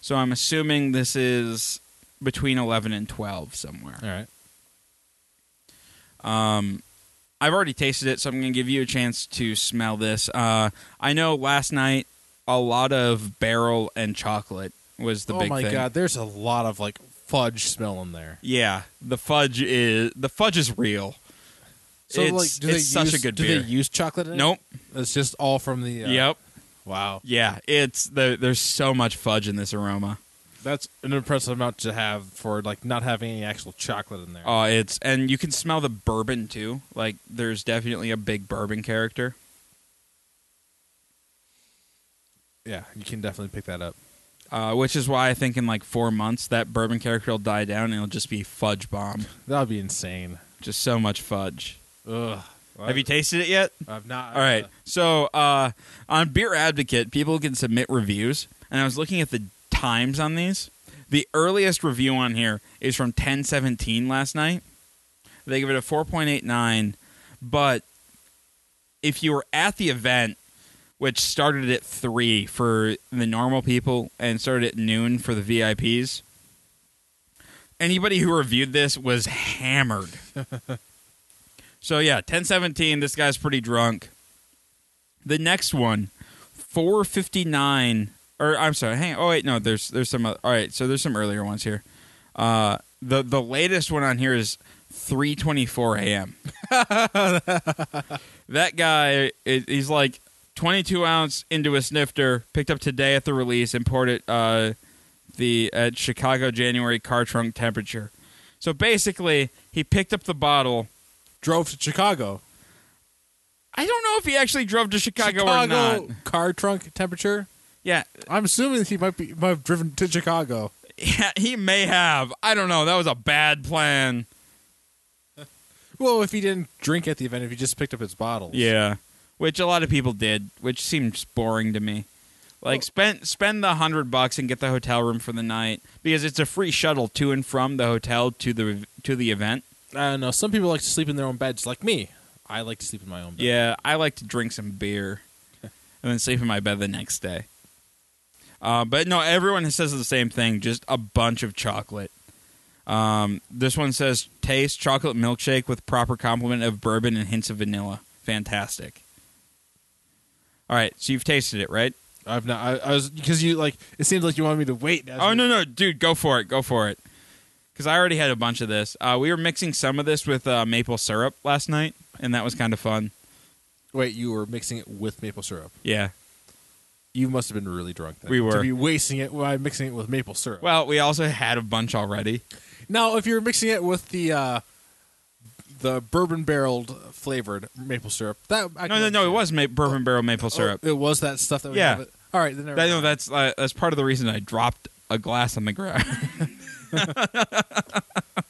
Speaker 1: So I'm assuming this is between 11 and 12 somewhere.
Speaker 2: All right.
Speaker 1: Um, I've already tasted it, so I'm going to give you a chance to smell this. Uh, I know last night a lot of barrel and chocolate was the
Speaker 2: oh
Speaker 1: big
Speaker 2: my
Speaker 1: thing.
Speaker 2: god, there's a lot of like fudge smell in there.
Speaker 1: Yeah, the fudge is the fudge is real.
Speaker 2: So
Speaker 1: it's
Speaker 2: like, do
Speaker 1: it's
Speaker 2: they
Speaker 1: such
Speaker 2: use,
Speaker 1: a good
Speaker 2: do
Speaker 1: beer.
Speaker 2: they use chocolate? in it?
Speaker 1: nope.
Speaker 2: It's just all from the. Uh,
Speaker 1: Yep.
Speaker 2: Wow,
Speaker 1: Yeah. It's the, there's so much fudge in this aroma.
Speaker 2: that's an impressive amount to have for like not having any actual chocolate in there.
Speaker 1: Oh, it's and you can smell the bourbon too. Like there's definitely a big bourbon character.
Speaker 2: Yeah, you can definitely pick that up.
Speaker 1: Uh, which is why I think in like four months that bourbon character will die down and it'll just be fudge bomb.
Speaker 2: That would be insane.
Speaker 1: Just so much fudge.
Speaker 2: Ugh.
Speaker 1: Have you tasted it yet?
Speaker 2: I've not.
Speaker 1: All right. So uh, on Beer Advocate, people can submit reviews, and I was looking at the times on these. The earliest review on here is from 1017 last night. They give it a 4.89, but if you were at the event, which started at 3 for the normal people and started at noon for the VIPs, anybody who reviewed this was hammered. <laughs> So yeah, ten seventeen. This guy's pretty drunk. The next one, four fifty nine. Or I'm sorry. Hang. Oh wait, no. There's there's some. oth- All right. So there's some earlier ones here. Uh, the the latest one on here is three twenty four a.m. <laughs> that guy, i- he's like twenty two ounce into a snifter. Picked up today at the release. Imported uh, the at Chicago January car trunk temperature. So basically, he picked up the bottle.
Speaker 2: Drove to Chicago.
Speaker 1: I don't know if he actually drove to Chicago, or not.
Speaker 2: car trunk temperature.
Speaker 1: Yeah,
Speaker 2: I'm assuming he might be might have driven to Chicago.
Speaker 1: yeah, he may have. I don't know. That was a bad plan.
Speaker 2: Well, if he didn't drink at the event, if he just picked up his bottles.
Speaker 1: Yeah, which a lot of people did, which seems boring to me. Like spend spend the hundred bucks and get the hotel room for the night because it's a free shuttle to and from the hotel to the to the event.
Speaker 2: I don't know. Some people like to sleep in their own beds, like me. I like to sleep in my own bed.
Speaker 1: Yeah, I like to drink some beer and then sleep in my bed the next day. Uh, but no, everyone says the same thing just a bunch of chocolate. Um, this one says taste chocolate milkshake with proper complement of bourbon and hints of vanilla. Fantastic. All right, so you've tasted it, right?
Speaker 2: I've not. I, I was because you like. It seemed like you wanted me to wait. That's
Speaker 1: Oh
Speaker 2: what-
Speaker 1: no, no, dude, go for it, go for it. Because I already had a bunch of this. Uh, we were mixing some of this with uh, maple syrup last night, and that was kind of fun.
Speaker 2: Wait, you were mixing it with maple syrup.
Speaker 1: Yeah.
Speaker 2: You must have been really drunk. Then,
Speaker 1: We were.
Speaker 2: to be wasting it by mixing it with maple syrup.
Speaker 1: Well, we also had a bunch already.
Speaker 2: now, if you're mixing it with the uh, the bourbon barreled flavored maple syrup, that I can
Speaker 1: No, no, no. It
Speaker 2: understand.
Speaker 1: was ma- bourbon barrel maple
Speaker 2: Oh,
Speaker 1: syrup.
Speaker 2: it was that stuff that. we
Speaker 1: Yeah.
Speaker 2: have it. All right. Then never
Speaker 1: That- no,
Speaker 2: mind.
Speaker 1: that's uh, that's part of the reason I dropped a glass on the ground. <laughs>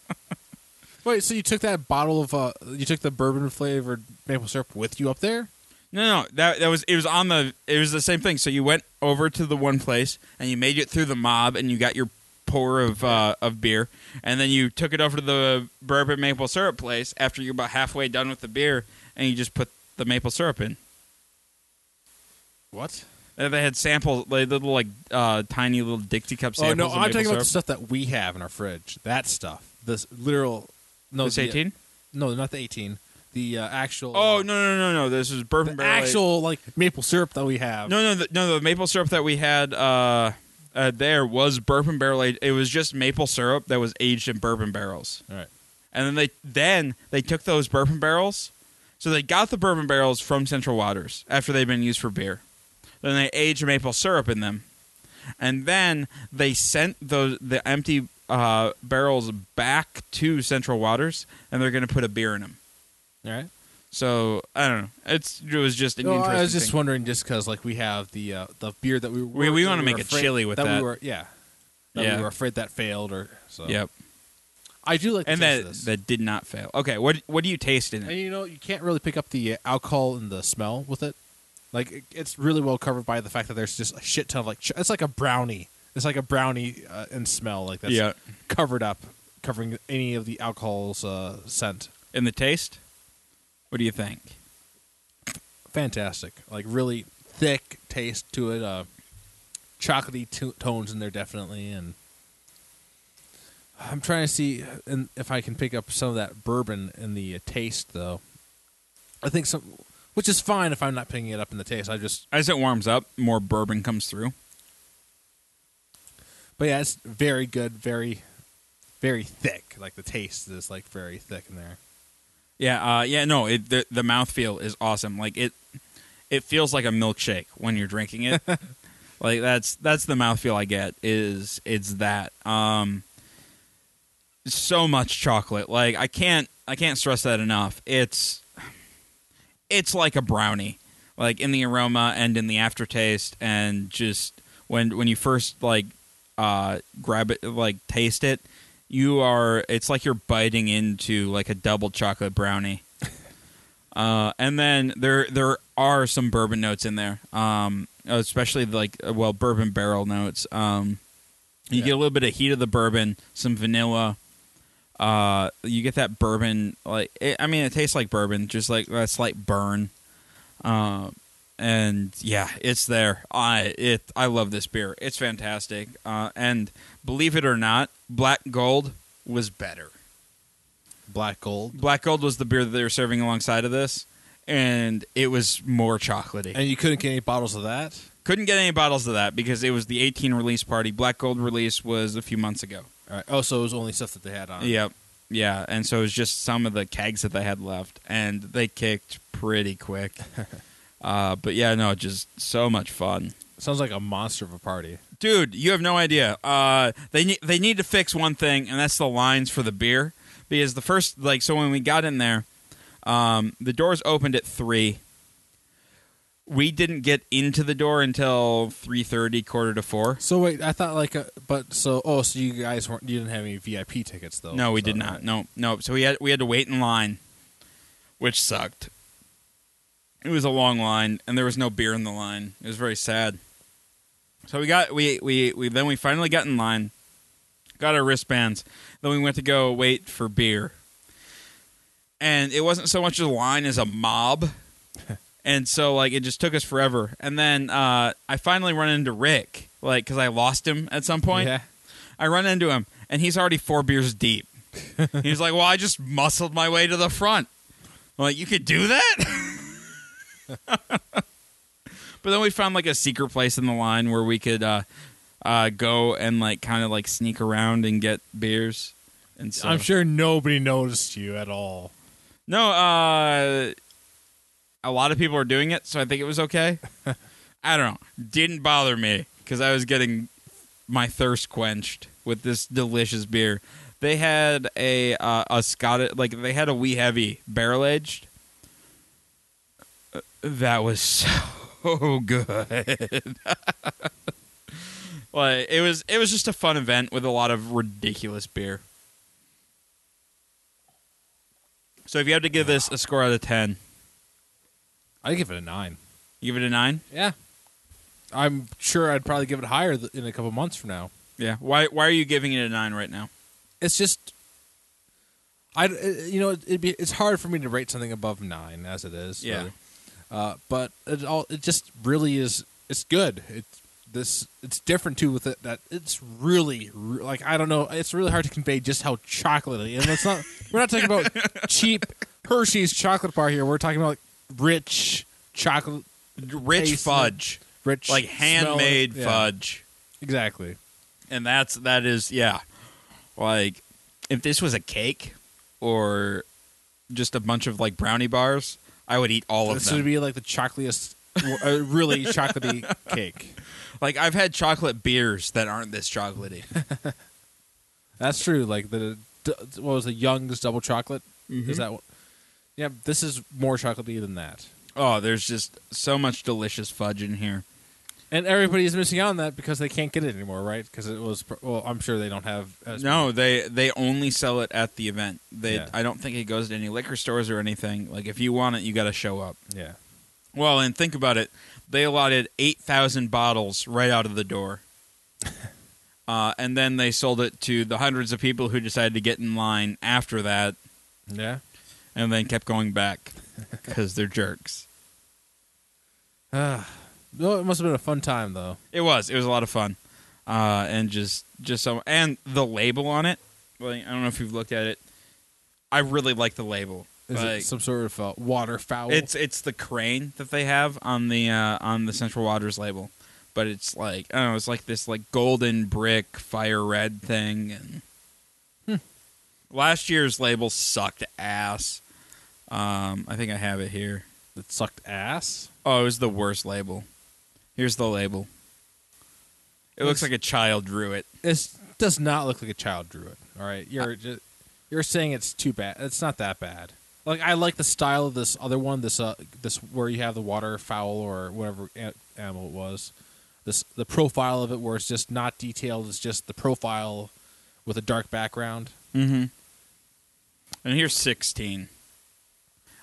Speaker 2: Wait. So you took that bottle of uh, you took the bourbon flavored maple syrup with you up there?
Speaker 1: no, no, that that was it was on the it was the same thing. So you went over to the one place and you made it through the mob and you got your pour of uh, of beer and then you took it over to the bourbon maple syrup place after you're about halfway done with the beer and you just put the maple syrup in.
Speaker 2: What?
Speaker 1: Uh, They had samples, like little like uh, tiny little Dixie cup
Speaker 2: Oh
Speaker 1: samples.
Speaker 2: no,
Speaker 1: of
Speaker 2: I'm
Speaker 1: maple
Speaker 2: talking about the
Speaker 1: syrup.
Speaker 2: stuff that we have in our fridge. That stuff. This literal. No,
Speaker 1: This
Speaker 2: the- uh,
Speaker 1: 18?
Speaker 2: No, not the 18. The uh, actual.
Speaker 1: Oh no no no no! This is bourbon
Speaker 2: The
Speaker 1: barrel.
Speaker 2: actual like maple syrup that we have.
Speaker 1: No, no, the, no. The maple syrup that we had uh, uh, there was bourbon barrel aged. It was just maple syrup that was aged in bourbon barrels,
Speaker 2: All right.
Speaker 1: and then they then they took those bourbon barrels. So they got the bourbon barrels from Central Waters after they'd been used for beer. Then they aged maple syrup in them, and then they sent those the empty uh, barrels back to Central Waters, and they're going to put a beer in them.
Speaker 2: All right.
Speaker 1: So I don't know. It's it was just an
Speaker 2: No,
Speaker 1: interesting.
Speaker 2: I was just
Speaker 1: thing.
Speaker 2: wondering, just because like we have the uh, the beer that we were,
Speaker 1: We- we wanna
Speaker 2: were
Speaker 1: make a
Speaker 2: afraid-
Speaker 1: chili with
Speaker 2: We
Speaker 1: that.
Speaker 2: were, yeah. That
Speaker 1: Yeah.
Speaker 2: we were afraid that failed, or so.
Speaker 1: Yep.
Speaker 2: I do like the
Speaker 1: and
Speaker 2: taste
Speaker 1: that
Speaker 2: of this.
Speaker 1: that did not fail. Okay, what what do you taste in
Speaker 2: and
Speaker 1: it?
Speaker 2: you know you can't really pick up the uh, alcohol and the smell with it. Like it, it's really well covered by the fact that there's just a shit ton of like ch- it's like a brownie. It's like a brownie uh, and smell like that's
Speaker 1: Yeah.
Speaker 2: covered up, covering any of the alcohol's uh, scent.
Speaker 1: In the taste? What do you think?
Speaker 2: fantastic. Like really thick taste to it. Uh, chocolatey to- tones in there definitely, and I'm trying to see and if I can pick up some of that bourbon in the uh, taste though. I think some, which is fine if I'm not picking it up in the taste. I just,
Speaker 1: As it warms up, more bourbon comes through.
Speaker 2: but yeah, it's very good, very, very thick. Like the taste is like very thick in there.
Speaker 1: Yeah, uh, yeah, no, it, the the mouthfeel is awesome. Like it it feels like a milkshake when you're drinking it. like that's that's the mouthfeel I get is it's that. Um so much chocolate. Like I can't I can't stress that enough. It's it's like a brownie, like in the aroma and in the aftertaste, and just when when you first like uh, grab it, like taste it, you are. It's like you're biting into like a double chocolate brownie. Uh, and then there there are some bourbon notes in there, um, especially like uh, well bourbon barrel notes. Um, you
Speaker 2: Yeah.
Speaker 1: get a little bit of heat of the bourbon, some vanilla. Uh, you get that bourbon like it, I mean it tastes like bourbon, just like a slight burn. Uh, and yeah, it's there. I it I love this beer. It's fantastic. Uh, and believe it or not, Black Gold was better.
Speaker 2: Black gold,
Speaker 1: Black Gold was the beer that they were serving alongside of this, and it was more chocolatey.
Speaker 2: and you couldn't get any bottles of that.
Speaker 1: Couldn't get any bottles of that because it was the 18 release party. Black Gold release was a few months ago.
Speaker 2: All right. Oh, so it was only stuff that they had on.
Speaker 1: Yep. Yeah, and so it was just some of the kegs that they had left, and they kicked pretty quick. uh, but yeah, no, just so much fun.
Speaker 2: Sounds like a monster of a party.
Speaker 1: dude you have no idea uh, they, ne- they need to fix one thing and that's the lines for the beer because the first like so when we got in there um, the doors opened at 3 we didn't get into the door until 3.30 quarter to 4
Speaker 2: So wait, I thought like, uh but so oh, so you guys weren't, you didn't have any VIP tickets though.
Speaker 1: no we
Speaker 2: so-
Speaker 1: did not no no so we had we had to wait in line which sucked it was a long line and there was no beer in the line it was very sad so we got we we, we then we finally got in line got our wristbands then we went to go wait for beer and it wasn't so much a line as
Speaker 2: <laughs>
Speaker 1: a mob. and so like it just took us forever. And then uh, I finally run into Rick, like because I lost him at some point.
Speaker 2: uh, Yeah.
Speaker 1: I run into him, and he's already four beers deep. he's like, "Well, I just muscled my way to the front." I'm like, "You could do that." <laughs> but then we found like a secret place in the line where we could uh, uh, go and like kind of like sneak around and get beers. And so
Speaker 2: I'm sure nobody noticed you at all.
Speaker 1: no, uh, a lot of people are doing it, so I think it was okay. I don't know. Didn't bother me because I was getting my thirst quenched with this delicious beer. They had a uh, a Scottish like they had a wee heavy barrel aged. That was so <laughs> good. <laughs> like it was it was just a fun event with a lot of ridiculous beer. So if you had to give this a score out of ten,
Speaker 2: I give it a nine.
Speaker 1: you give it a nine.
Speaker 2: Yeah. I'm sure I'd probably give it higher th- in a couple months from now.
Speaker 1: Yeah. Why Why are you giving it a nine right now?
Speaker 2: It's just, I you know it'd be it's hard for me to rate something above nine as it is.
Speaker 1: Yeah.
Speaker 2: really. Uh, but it all it just really is it's good. It's this it's different too with it that it's really re- like I don't know it's really hard to convey just how chocolatey and it's not we're not talking
Speaker 1: <laughs>
Speaker 2: about cheap Hershey's chocolate bar here. We're talking about rich chocolate,
Speaker 1: Rich
Speaker 2: Taste
Speaker 1: fudge,
Speaker 2: rich
Speaker 1: like handmade
Speaker 2: smell- yeah,
Speaker 1: fudge,
Speaker 2: Exactly.
Speaker 1: and that's that is yeah. Like, if this was a cake, or just a bunch of like brownie bars, I would eat all of
Speaker 2: This would
Speaker 1: them.
Speaker 2: be like the chocolatiest, a really chocolatey
Speaker 1: <laughs>
Speaker 2: cake.
Speaker 1: like I've had chocolate beers that aren't this chocolatey. <laughs>
Speaker 2: That's true. Like the d- what was the Young's double chocolate?
Speaker 1: Mm-hmm.
Speaker 2: Is that? what- Yeah, this is more chocolatey than that,
Speaker 1: oh, there's just so much delicious fudge in here.
Speaker 2: and everybody's missing out on that because they can't get it anymore, right? Because it was pr- well, I'm sure they don't have. As
Speaker 1: No, they they only sell it at the event. They
Speaker 2: Yeah.
Speaker 1: I don't think it goes to any liquor stores or anything. Like if you want it, you got to show up.
Speaker 2: yeah,
Speaker 1: Well, and think about it. They allotted 8,000 bottles right out of the door.
Speaker 2: <laughs>
Speaker 1: uh, and then they sold it to the hundreds of people who decided to get in line after that
Speaker 2: yeah.
Speaker 1: and then kept going back
Speaker 2: <laughs>
Speaker 1: because they're jerks.
Speaker 2: No, it must have been a fun time though.
Speaker 1: It was. It was a lot of fun. Uh, and just, just so, and the label on it. Like, I don't know if you've looked at it. I really like the label.
Speaker 2: Is
Speaker 1: Like,
Speaker 2: it some sort of uh, waterfowl?
Speaker 1: It's it's the crane that they have on the uh, on the Central Waters label, but it's like I don't know, it's like this like golden brick fire red thing. And last year's label sucked ass. Um, I think I have it here.
Speaker 2: it sucked ass.
Speaker 1: Oh, it was the worst label. Here's the label. It looks
Speaker 2: Looks-
Speaker 1: like a child drew it.
Speaker 2: It does not look like a child drew it. All right, you're ju- you're saying it's too bad. It's not that bad. Like I like the style of this other one. This uh, this where you have the waterfowl or whatever a- animal it was. This the profile of it where it's just not detailed. It's just the profile with a dark background.
Speaker 1: Mm-hmm. And here's 16.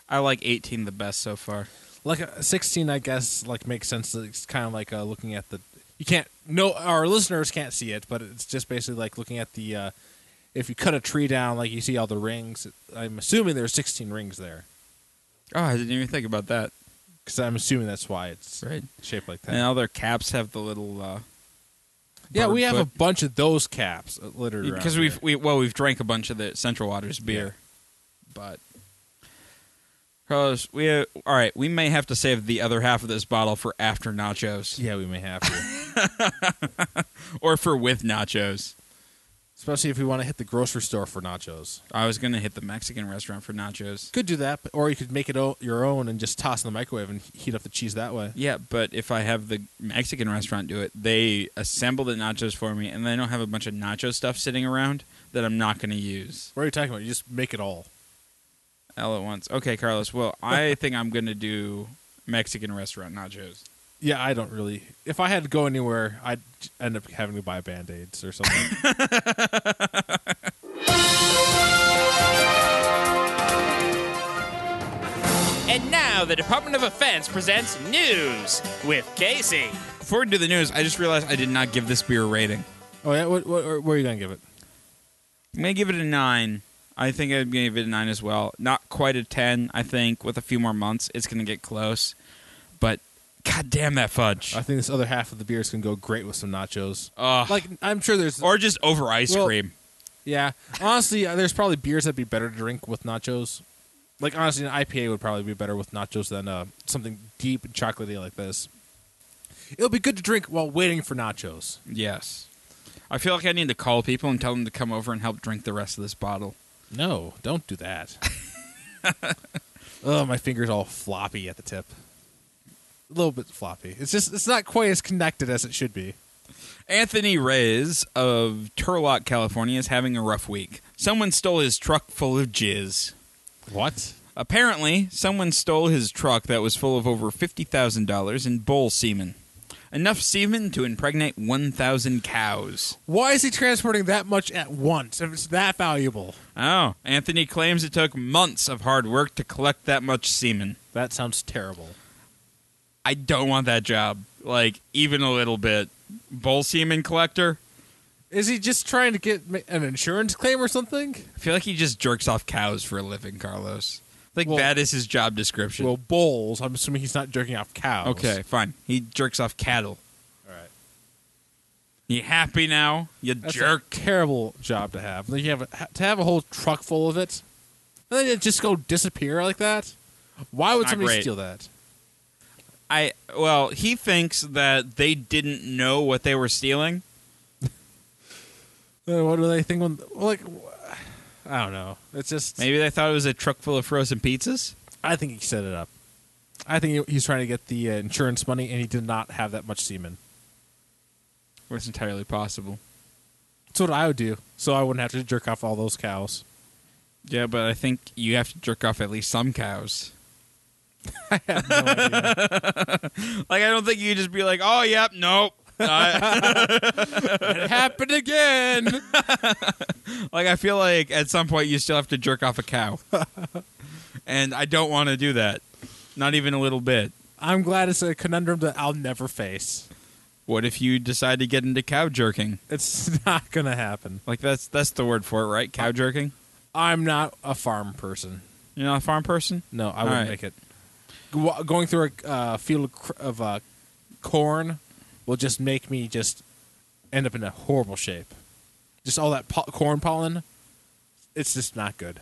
Speaker 1: I like 18 the best so far.
Speaker 2: Like a sixteen, I guess, like makes sense. It's kind of like uh, looking at the. You can't. No, our listeners can't see it, but it's just basically like looking at the. Uh, if you cut a tree down, like you see all the rings. I'm assuming there's sixteen rings there.
Speaker 1: Oh, I didn't even think about that.
Speaker 2: because I'm assuming that's why it's
Speaker 1: Right.
Speaker 2: shaped like that.
Speaker 1: And all their caps have the little uh,
Speaker 2: yeah,
Speaker 1: bird
Speaker 2: we have a
Speaker 1: foot.
Speaker 2: bunch of those caps uh, littered around.
Speaker 1: because
Speaker 2: here.
Speaker 1: we've we well we've drank a bunch of the Central Waters beer, but Carlos, we all right. We may have to save the other half of this bottle for after nachos
Speaker 2: yeah, we may have
Speaker 1: <laughs>
Speaker 2: to,
Speaker 1: or for with nachos.
Speaker 2: especially if we want to hit the grocery store for nachos.
Speaker 1: I was gonna hit the Mexican restaurant for nachos.
Speaker 2: Could do that, but, or you could make it o- your own and just toss in the microwave and heat up the cheese that way.
Speaker 1: Yeah, but if I have the Mexican restaurant do it, they assemble the nachos for me, and they don't have a bunch of nacho stuff sitting around that I'm not gonna use
Speaker 2: What are you talking about? You just make it all.
Speaker 1: all at once. Okay, Carlos. Well, I think I'm gonna do Mexican restaurant nachos.
Speaker 2: Yeah, I don't really. If I had to go anywhere, I'd j- end up having to buy band aids or something.
Speaker 3: And now the Department of Defense presents news with Casey.
Speaker 1: Before we do the news, I just realized I did not give this beer a rating.
Speaker 2: oh yeah, what, what, what are you gonna give it?
Speaker 1: I'm gonna give it a nine. I think I'd give it a nine as well. Not quite a ten. I think with a few more months, it's going to get close. But god damn that fudge!
Speaker 2: I think this other half of the beers can go great with some nachos.
Speaker 1: Ugh.
Speaker 2: like I'm sure there's
Speaker 1: or just over ice
Speaker 2: Well-
Speaker 1: cream.
Speaker 2: yeah. Honestly, uh, there's probably beers that'd be better to drink with nachos. Like honestly, an IPA would probably be better with nachos than uh, something deep and chocolatey like this. It'll be good to drink while waiting for nachos.
Speaker 1: Yes. I feel like I need to call people and tell them to come over and help drink the rest of this bottle.
Speaker 2: No, don't do that. oh, my fingers all floppy at the tip. A little bit floppy. It's just it's not quite as connected as it should be.
Speaker 1: Anthony Reyes of Turlock, California, is having a rough week. Someone stole his truck full of jizz.
Speaker 2: What?
Speaker 1: Apparently, someone stole his truck that was full of over $50,000 in bull semen. Enough semen to impregnate 1,000 cows.
Speaker 2: Why is he transporting that much at once if it's that valuable?
Speaker 1: Oh, Anthony claims it took months of hard work to collect that much semen.
Speaker 2: That sounds terrible.
Speaker 1: I don't want that job, like, even a little bit. Bull semen collector?
Speaker 2: Is he just trying to get ma- an insurance claim or something?
Speaker 1: I feel like he just jerks off cows for a living, Carlos. Like
Speaker 2: Well-
Speaker 1: that is his job description.
Speaker 2: Well, bulls. I'm assuming he's not jerking off cows.
Speaker 1: okay, fine. He jerks off cattle.
Speaker 2: All right.
Speaker 1: You happy now? You
Speaker 2: That's a
Speaker 1: jerk.
Speaker 2: terrible job to have. Like you have a, ha- to have a whole truck full of it, and then it just go disappear like that. Why would
Speaker 1: Not
Speaker 2: somebody
Speaker 1: great.
Speaker 2: steal that?
Speaker 1: I well, he thinks that they didn't know what they were stealing.
Speaker 2: Uh, what do they think when? Like, wh- I don't know. It's just.
Speaker 1: Maybe they thought it was a truck full of frozen pizzas.
Speaker 2: I think he set it up. I think he- he's trying to get the uh, insurance money, and he did not have that much semen.
Speaker 1: Well, It's entirely possible.
Speaker 2: That's what I would do, so I wouldn't have to jerk off all those cows. <laughs>
Speaker 1: Yeah, but I think you have to jerk off at least some <laughs> cows.
Speaker 2: I have no idea.
Speaker 1: <laughs> Like I don't think you just be like, "Oh, yep, nope." I-
Speaker 2: it happened again. <laughs>
Speaker 1: Like I feel like at some point you still have to jerk off a cow, <laughs> and I don't want to do that, not even a little bit.
Speaker 2: I'm glad it's a conundrum that I'll never face.
Speaker 1: What if you decide to get into cow jerking?
Speaker 2: It's <laughs> not gonna happen.
Speaker 1: Like that's that's the word for it, right? Cow jerking.
Speaker 2: I'm not a farm person.
Speaker 1: You're not a farm person.
Speaker 2: No, I
Speaker 1: All
Speaker 2: wouldn't
Speaker 1: right.
Speaker 2: make it. Go- Going through a uh, field of cr- of uh, corn will just make me just end up in a horrible shape. Just all that po- corn pollen, it's just not good.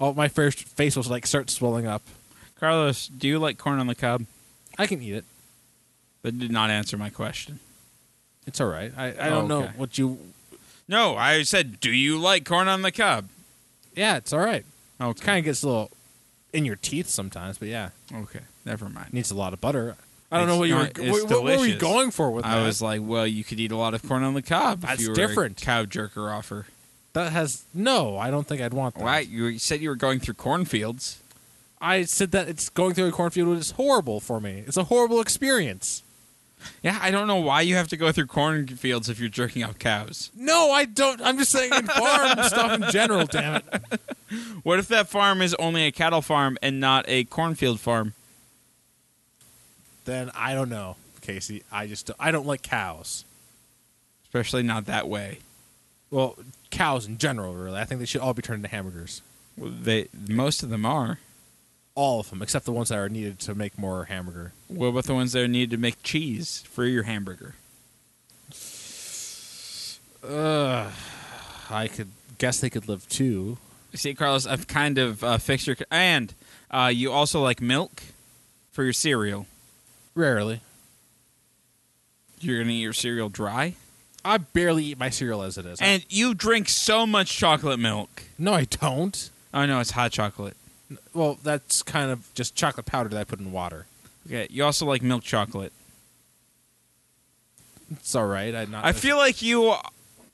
Speaker 2: Oh, my first face will like start swelling up.
Speaker 1: Carlos, do you like corn on the cob?
Speaker 2: I can eat it.
Speaker 1: That did not answer my question.
Speaker 2: It's all right. I, I don't know
Speaker 1: Okay.
Speaker 2: what you.
Speaker 1: No, I said, do you like corn on the cob?
Speaker 2: Yeah, it's all right.
Speaker 1: Oh,
Speaker 2: It kind of gets a little in your teeth sometimes, but yeah,
Speaker 1: okay. Never mind.
Speaker 2: needs a lot of butter. I don't
Speaker 1: It's
Speaker 2: know what you
Speaker 1: not-
Speaker 2: were.
Speaker 1: it's
Speaker 2: What, what were you
Speaker 1: delicious.
Speaker 2: going for with
Speaker 1: I
Speaker 2: that?
Speaker 1: was like, well, you could eat a lot of corn on the cob.
Speaker 2: That's
Speaker 1: if you were
Speaker 2: different.
Speaker 1: A cow jerker offer.
Speaker 2: That has no. I don't think I'd want that.
Speaker 1: Why? You said you were going through cornfields.
Speaker 2: I said that it's going through a cornfield is horrible for me. It's a horrible experience.
Speaker 1: Yeah, I don't know why you have to go through cornfields if you're jerking off cows.
Speaker 2: No, I don't. I'm just saying in farm
Speaker 1: <laughs>
Speaker 2: stuff in general. Damn it.
Speaker 1: What if that farm is only a cattle farm and not a cornfield farm?
Speaker 2: Then I don't know, Casey. I just don't, I don't like cows.
Speaker 1: Especially not that way.
Speaker 2: Well, cows in general, really. I think they should all be turned into hamburgers.
Speaker 1: Well, They most of them are.
Speaker 2: All of them, except the ones that are needed to make more hamburger.
Speaker 1: What about the ones that are needed to make cheese for your hamburger?
Speaker 2: Ugh. I could guess they could live too.
Speaker 1: See, Carlos, I've kind of uh, fixed your. And uh, you also like milk for your cereal.
Speaker 2: Rarely.
Speaker 1: You're gonna eat your cereal dry,
Speaker 2: I barely eat my cereal as it is.
Speaker 1: and you drink so much chocolate milk.
Speaker 2: no, I don't.
Speaker 1: Oh no, it's hot chocolate.
Speaker 2: Well, that's kind of just chocolate powder that I put in water.
Speaker 1: Okay, you also like milk chocolate.
Speaker 2: It's all right. I not.
Speaker 1: I feel like you uh,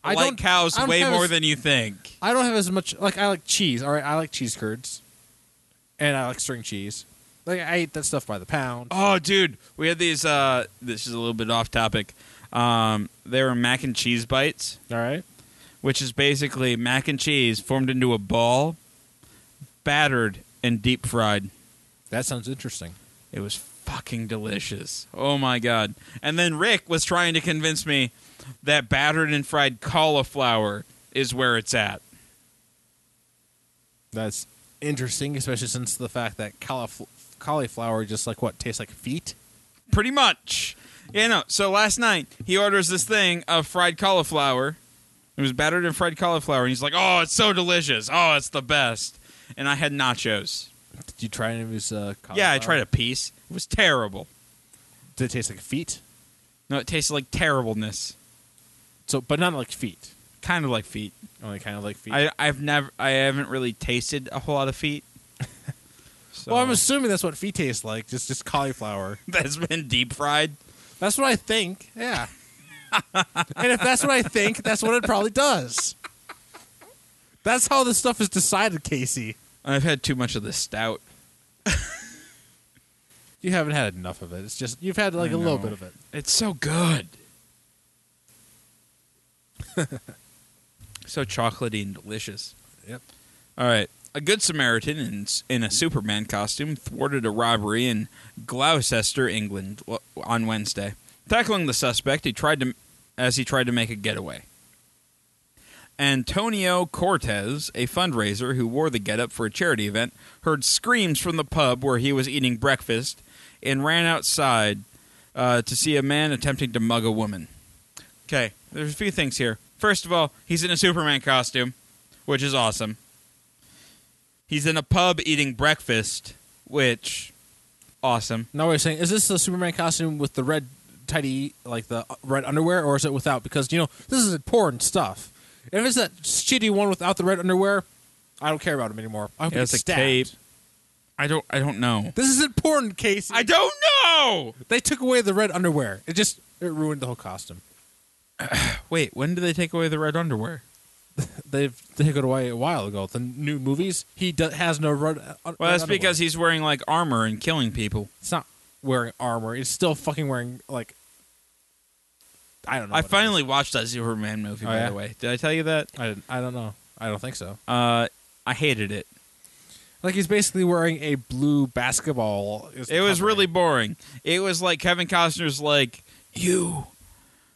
Speaker 2: I
Speaker 1: like
Speaker 2: don't-
Speaker 1: cows
Speaker 2: I don't
Speaker 1: way
Speaker 2: have
Speaker 1: more
Speaker 2: as-
Speaker 1: than you think.
Speaker 2: I don't have as much. Like I like cheese. All right, I like cheese curds, and I like string cheese. Like I eat that stuff by the pound.
Speaker 1: Oh, dude, we had these. Uh, this is a little bit off topic. Um, they were mac and cheese bites,
Speaker 2: All right.
Speaker 1: which is basically mac and cheese formed into a ball, battered and deep fried.
Speaker 2: That sounds interesting.
Speaker 1: It was fucking delicious. Oh my god! And then Rick was trying to convince me that battered and fried cauliflower is where it's at.
Speaker 2: That's interesting, especially since the fact that caulifl- cauliflower just like what tastes like feet.
Speaker 1: Pretty much. Yeah, no. So last night he orders this thing of fried cauliflower. It was battered in fried cauliflower, and he's like, "Oh, it's so delicious! Oh, it's the best!" And I had nachos.
Speaker 2: Did you try any of his? Uh, cauliflower?
Speaker 1: Yeah, I tried a piece. It was terrible.
Speaker 2: Did it taste like feet?
Speaker 1: No, it tasted like terribleness,
Speaker 2: So, but not like feet.
Speaker 1: kind of like feet.
Speaker 2: Only kind of like feet.
Speaker 1: I, I've never, I haven't really tasted a whole lot of
Speaker 2: <laughs>
Speaker 1: feet. So
Speaker 2: well, I'm assuming that's what feet taste like. Just just cauliflower.
Speaker 1: <laughs> that's been deep fried.
Speaker 2: That's what I think. Yeah. <laughs> and if that's what I think, that's what it probably does. That's how this stuff is decided, Casey.
Speaker 1: I've had too much of this stout.
Speaker 2: You haven't had enough of it. It's just you've had like
Speaker 1: I
Speaker 2: a little
Speaker 1: know.
Speaker 2: bit of it.
Speaker 1: It's so good. <laughs> so chocolatey and delicious.
Speaker 2: Yep.
Speaker 1: All right. A good Samaritan in, in a Superman costume thwarted a robbery in Gloucester, England, w- on Wednesday. Tackling the suspect, he tried to as he tried to make a getaway. Antonio Cortez, a fundraiser who wore the getup for a charity event, heard screams from the pub where he was eating breakfast and ran outside uh, to see a man attempting to mug a woman. Okay, there's a few things here. First of all, he's in a Superman costume, which is awesome. He's in a pub eating breakfast, which awesome.
Speaker 2: Now we're saying, is this the Superman costume with the red tidy, like the red underwear, or is it without? Because you know this is important stuff. If it's that shitty one without the red underwear, I don't care about him anymore. I hope
Speaker 1: Yeah,
Speaker 2: he
Speaker 1: it's
Speaker 2: gets
Speaker 1: a
Speaker 2: stabbed.
Speaker 1: cape. I don't I don't know.
Speaker 2: This is important, Casey.
Speaker 1: I don't know.
Speaker 2: they took away the red underwear. It just it ruined the whole costume.
Speaker 1: Wait, when do they take away the red underwear?
Speaker 2: They've taken it away a while ago. The new movies, he do, has no red. uh, red
Speaker 1: Well, that's
Speaker 2: underwear.
Speaker 1: because he's wearing like armor and killing people.
Speaker 2: it's not wearing armor. It's still fucking wearing like. I don't know.
Speaker 1: I
Speaker 2: what it is.
Speaker 1: finally watched that Superman movie
Speaker 2: Oh,
Speaker 1: by
Speaker 2: yeah?
Speaker 1: the way. Did I tell you that?
Speaker 2: I didn't, I don't know. I don't think so.
Speaker 1: Uh I hated it.
Speaker 2: Like he's basically wearing a blue basketball. is
Speaker 1: It was
Speaker 2: covering.
Speaker 1: really boring. It was like Kevin Costner's like, "You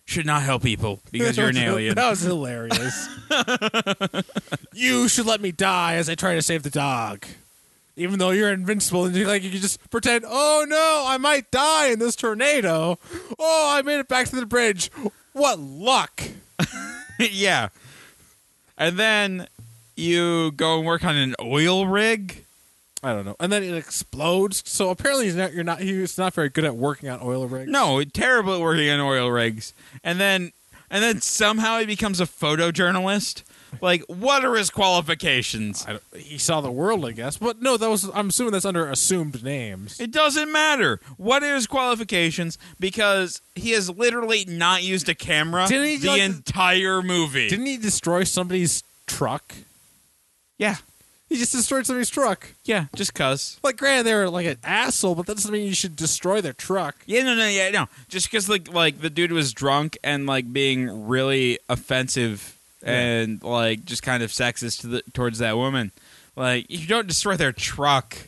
Speaker 1: should not help people
Speaker 2: <laughs>
Speaker 1: because you're an alien." <laughs>
Speaker 2: that was hilarious. you should let me die as I try to save the dog. Even though you're invincible and you like you can just pretend, oh no, I might die in this tornado. Oh, I made it back to the bridge. What luck.
Speaker 1: yeah. And then you go and work on an oil rig.
Speaker 2: I don't know. And then it explodes. So apparently he's not you're not he's not very good at working on oil rigs.
Speaker 1: No, terrible at working on oil rigs. And then and then somehow he becomes a photojournalist. Like, what are his qualifications?
Speaker 2: I don't- he saw the world, I guess. But no, that was I'm assuming that's under assumed names.
Speaker 1: It doesn't matter. What are his qualifications? Because he has literally not used a camera
Speaker 2: Didn't he,
Speaker 1: the
Speaker 2: like,
Speaker 1: entire movie.
Speaker 2: Didn't he destroy somebody's truck?
Speaker 1: yeah.
Speaker 2: He just destroyed somebody's truck.
Speaker 1: Yeah, just cuz.
Speaker 2: Like, granted, they were like an asshole, but that doesn't mean you should destroy their truck.
Speaker 1: Yeah, no, no, yeah, no. Just because like like the dude was drunk and like being really offensive and like just kind of sexist to the, towards that woman. Like you don't destroy their truck.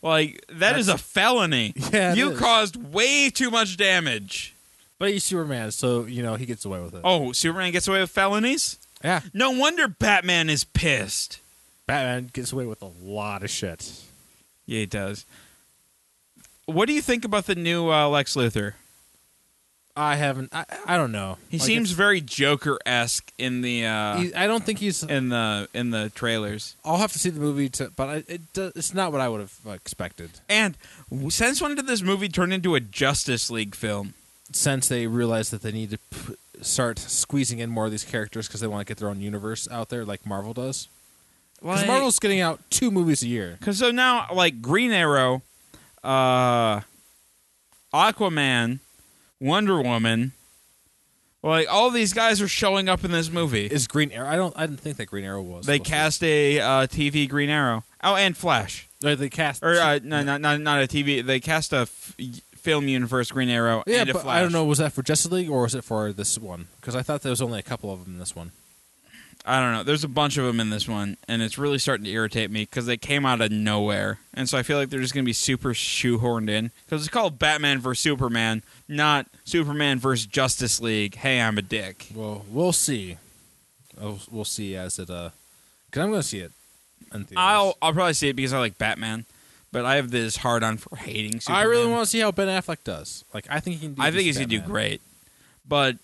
Speaker 1: Like That's, a felony.
Speaker 2: <laughs> Yeah, it
Speaker 1: you
Speaker 2: is.
Speaker 1: caused way too much damage.
Speaker 2: But he's Superman, so you know he gets away with it.
Speaker 1: Oh, Superman gets away with felonies.
Speaker 2: yeah,
Speaker 1: No wonder Batman is pissed.
Speaker 2: Batman gets away with a lot of shit.
Speaker 1: Yeah, he does. What do you think about the new uh, Lex Luthor?
Speaker 2: I haven't. I, I don't know.
Speaker 1: He
Speaker 2: Like,
Speaker 1: seems very Joker esque in the uh,
Speaker 2: it's- he- I don't think he's.
Speaker 1: in the in the trailers.
Speaker 2: I'll have to see the movie to, but I, it do, it's not what I would have expected.
Speaker 1: And since when did this movie turn into a Justice League film?
Speaker 2: Since they realized that they need to p- start squeezing in more of these characters because they want to get their own universe out there, like Marvel does. Because
Speaker 1: Like-
Speaker 2: Marvel's getting out two movies a year.
Speaker 1: Cause so now, like Green Arrow, uh, Aquaman, Wonder Woman, like all these guys are showing up in this movie.
Speaker 2: Is Green Arrow? I don't. I didn't think that Green Arrow was.
Speaker 1: they
Speaker 2: supposed to be-
Speaker 1: cast a uh, TV Green Arrow. Oh, and Flash,
Speaker 2: Or they cast.
Speaker 1: or uh, no, not not not a TV. They cast a f- film universe Green Arrow.
Speaker 2: Yeah,
Speaker 1: and a
Speaker 2: but
Speaker 1: Flash.
Speaker 2: I don't know. Was that for Justice League or was it for this one? Because I thought there was only a couple of them in this one.
Speaker 1: I don't know. There's a bunch of them in this one, and it's really starting to irritate me because they came out of nowhere, and so I feel like they're just going to be super shoehorned in because it's called Batman vs Superman, not Superman vs Justice League. Hey, I'm a dick.
Speaker 2: Well, we'll see. Oh, We'll see as it. uh Because I'm going to see it. in theaters.
Speaker 1: I'll I'll probably see it because I like Batman, but I have this hard on for hating. Superman.
Speaker 2: I really want to see how Ben Affleck does. Like, I think he can. do
Speaker 1: I think he's
Speaker 2: this
Speaker 1: gonna do
Speaker 2: Batman.
Speaker 1: great, but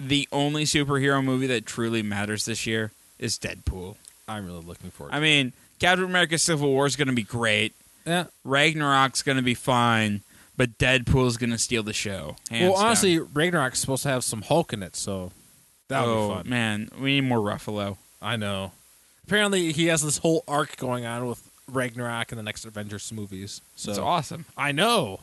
Speaker 1: the only superhero movie that truly matters this year is Deadpool.
Speaker 2: I'm really looking forward.
Speaker 1: I mean, Captain America: Civil War is gonna be great.
Speaker 2: yeah.
Speaker 1: Ragnarok's gonna be fine, but Deadpool's gonna steal the show. hands
Speaker 2: Well,
Speaker 1: down.
Speaker 2: honestly, Ragnarok's supposed to have some Hulk in it, so that would
Speaker 1: oh
Speaker 2: be fun.
Speaker 1: man, we need more Ruffalo.
Speaker 2: I know. Apparently, he has this whole arc going on with Ragnarok and the next Avengers movies. So
Speaker 1: It's awesome.
Speaker 2: I know.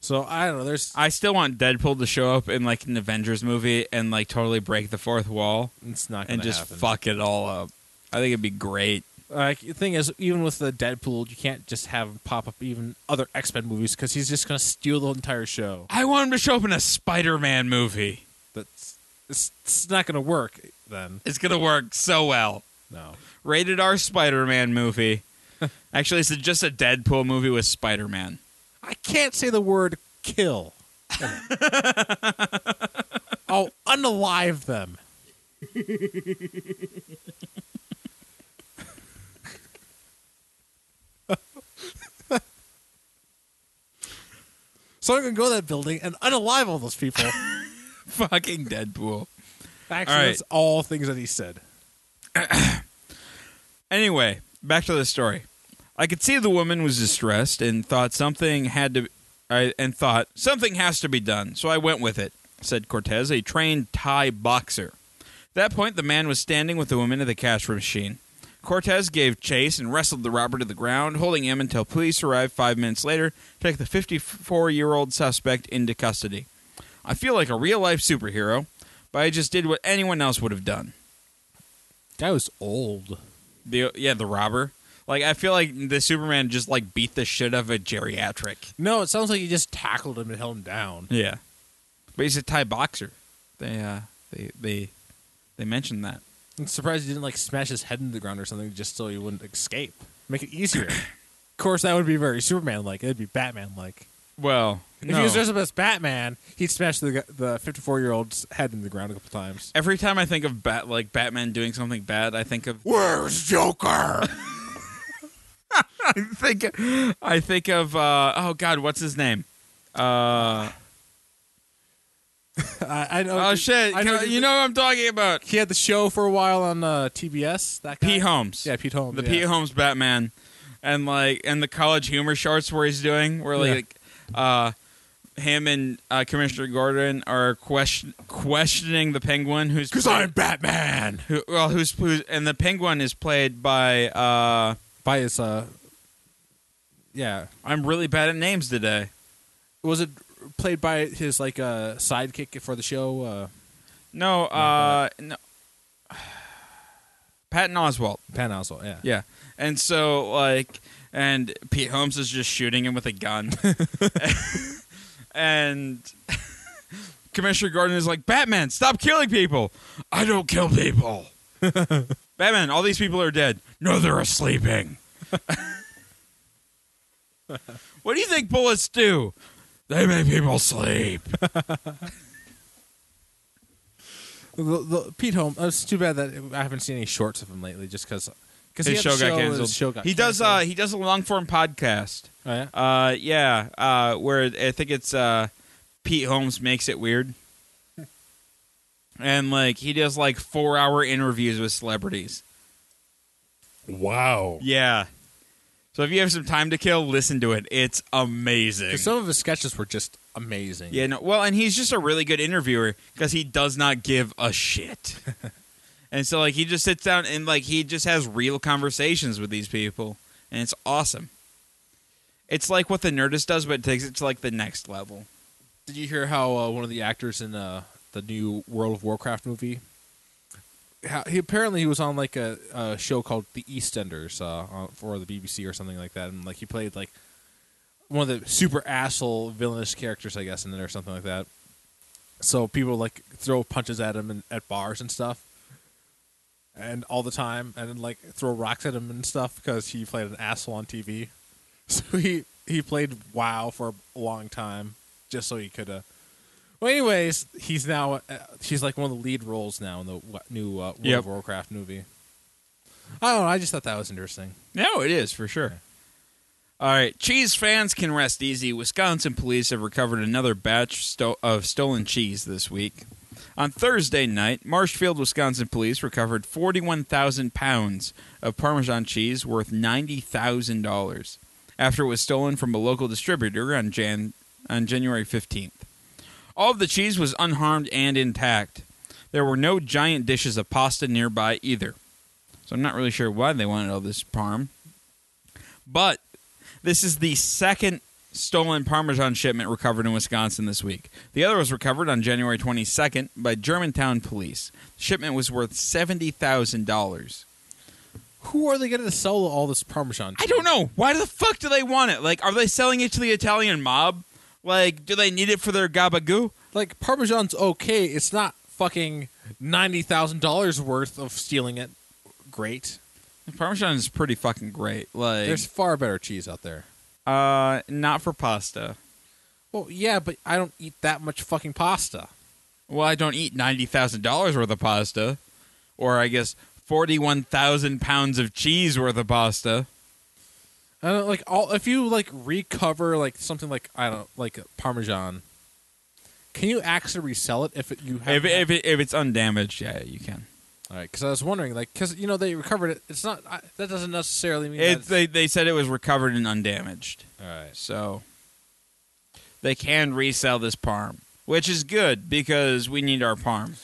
Speaker 2: So I don't know. There's
Speaker 1: I still want Deadpool to show up in like an Avengers movie and like totally break the fourth wall
Speaker 2: it's not gonna
Speaker 1: and just
Speaker 2: happen.
Speaker 1: fuck it all up. I think it'd be great.
Speaker 2: Like the thing is, even with the Deadpool, you can't just have him pop up even other X Men movies because he's just gonna steal the entire show.
Speaker 1: I want him to show up in a Spider-Man movie.
Speaker 2: That's it's, it's not gonna work then.
Speaker 1: It's gonna work so well.
Speaker 2: No.
Speaker 1: Rated R Spider-Man
Speaker 2: <laughs>
Speaker 1: movie. Actually, it's just a Deadpool movie with Spider-Man. <laughs>
Speaker 2: I can't say the word kill. <laughs> oh, unalive them. <laughs> so I'm gonna go to that building and unalive all those people.
Speaker 1: Fucking Deadpool.
Speaker 2: Actually,
Speaker 1: All right.
Speaker 2: that's all things that he said.
Speaker 1: Anyway, back to the story. I could see the woman was distressed and thought something had to I, and thought something has to be done. So I went with it, said Cortez, a trained Thai boxer. At that point, the man was standing with the woman at the cash machine. Cortez gave chase and wrestled the robber to the ground, holding him until police arrived five minutes later to take the 54 year old suspect into custody. I feel like a real life superhero, but I just did what anyone else would have done.
Speaker 2: Guy was old.
Speaker 1: The yeah, the robber. Like I feel like the Superman just like beat the shit out of a geriatric.
Speaker 2: No, it sounds like he just tackled him and held him down.
Speaker 1: Yeah, but he's a Thai boxer. They uh they they they mentioned that.
Speaker 2: I'm surprised he didn't like smash his head into the ground or something just so he wouldn't escape. Make it
Speaker 1: <coughs>
Speaker 2: easier. of course, that would be very Superman like. It'd be Batman like.
Speaker 1: Well,
Speaker 2: If he was dressed up as Batman, he'd smash the the 54 year old's head in the ground a couple times. <laughs>
Speaker 1: every time I think of bat like Batman doing something bad, I think of
Speaker 4: Where's Joker?
Speaker 1: <laughs> I think I think of uh, oh god, what's his name? Uh,
Speaker 2: I, I know.
Speaker 1: oh shit,
Speaker 2: I know.
Speaker 1: you know what I'm talking about?
Speaker 2: he had the show for a while on uh, TBS. That guy.
Speaker 1: Pete Holmes.
Speaker 2: Yeah, Pete Holmes.
Speaker 1: the
Speaker 2: Oh, yeah.
Speaker 1: Pete Holmes Batman, and like and the college humor shorts where he's doing where
Speaker 2: Yeah.
Speaker 1: like uh, him and uh, Commissioner Gordon are question questioning the Penguin who's
Speaker 4: Because I'm Batman.
Speaker 1: who, well who's, who's and the Penguin is played by uh,
Speaker 2: By his. Uh, yeah.
Speaker 1: I'm really bad at names today.
Speaker 2: Was it played by his like uh, sidekick for the show? Uh,
Speaker 1: No, uh, no. <sighs> Patton Oswalt.
Speaker 2: Pan Oswald. Yeah.
Speaker 1: Yeah. And so like and Pete Holmes is just shooting him with a gun. <laughs> and <laughs> Commissioner Gordon is like, "Batman, stop killing people."
Speaker 4: I don't kill
Speaker 2: <laughs>
Speaker 4: people.
Speaker 1: Batman, all these people are dead.
Speaker 4: No, they're
Speaker 2: <laughs>
Speaker 4: sleeping.
Speaker 1: What do you think bullets do?
Speaker 4: They make people
Speaker 2: <laughs>
Speaker 4: sleep.
Speaker 2: The, the, Pete Holmes. oh, It's too bad that I haven't seen any shorts of him lately, just because. Because
Speaker 1: His show, got canceled.
Speaker 2: His show got
Speaker 1: he does uh
Speaker 2: canceled.
Speaker 1: he does a long form podcast.
Speaker 2: Oh, yeah?
Speaker 1: Uh yeah, uh where I think it's uh Pete Holmes makes it weird. And like he does like 4-hour interviews with celebrities.
Speaker 4: Wow.
Speaker 1: Yeah. So if you have some time to kill, listen to it. It's amazing.
Speaker 2: 'Cause some of his sketches were just amazing.
Speaker 1: yeah, no, well, and he's just a really good interviewer because he does not give a shit. and so like he just sits down and like he just has real conversations with these people, and it's awesome. It's like what the Nerdist does, but it takes it to like the next level.
Speaker 2: Did you hear how uh, one of the actors in uh, the new World of Warcraft movie? How, he apparently he was on like a, a show called The EastEnders uh, on- for the BBC or something like that, and like he played like one of the super asshole villainous characters, I guess, in it or something like that. So people like throw punches at him and, at bars and stuff, and all the time, and like throw rocks at him and stuff because he played an asshole on TV. <laughs> So he he played WoW for a long time just so he could. Uh, well, anyways, he's now uh, he's like one of the lead roles now in the wa- new uh, World
Speaker 1: Yep.
Speaker 2: of Warcraft movie. I don't know. I just thought that was interesting.
Speaker 1: No, it is for sure. All right, cheese fans can rest easy. Wisconsin police have recovered another batch sto- of stolen cheese this week. On Thursday night, Marshfield, Wisconsin police recovered 41,000 pounds of Parmesan cheese worth $90,000 after it was stolen from a local distributor on, Jan- on January 15th. All of the cheese was unharmed and intact. There were no giant dishes of pasta nearby either. So I'm not really sure why they wanted all this parm. But this is the second stolen Parmesan shipment recovered in Wisconsin this week. The other was recovered on January 22nd by Germantown police. The shipment was worth $70,000.
Speaker 2: Who are they going to sell all this Parmesan?
Speaker 1: I
Speaker 2: to?
Speaker 1: don't know. Why the fuck do they want it? Like, are they selling it to the Italian mob? Like, do they need it for their gabagoo?
Speaker 2: Like Parmesan's okay. It's not fucking ninety thousand dollars worth of stealing it. Great.
Speaker 1: Parmesan is pretty fucking great. Like,
Speaker 2: There's far better cheese out there.
Speaker 1: uh, not for pasta.
Speaker 2: Well, yeah, but I don't eat that much fucking pasta.
Speaker 1: Well, I don't eat ninety thousand dollars worth of pasta, or I guess forty-one thousand pounds of cheese worth of pasta.
Speaker 2: I don't like all. If you like recover like something like I don't like Parmesan, can you actually resell it if it, you have?
Speaker 1: If, if, it, if it's undamaged, yeah, you can.
Speaker 2: all right, because I was wondering like because you know they recovered it. It's not I, that doesn't necessarily mean
Speaker 1: It,
Speaker 2: that
Speaker 1: they they said it was recovered and undamaged,
Speaker 2: all right.
Speaker 1: so they can resell this parm, which is good because we need our parm.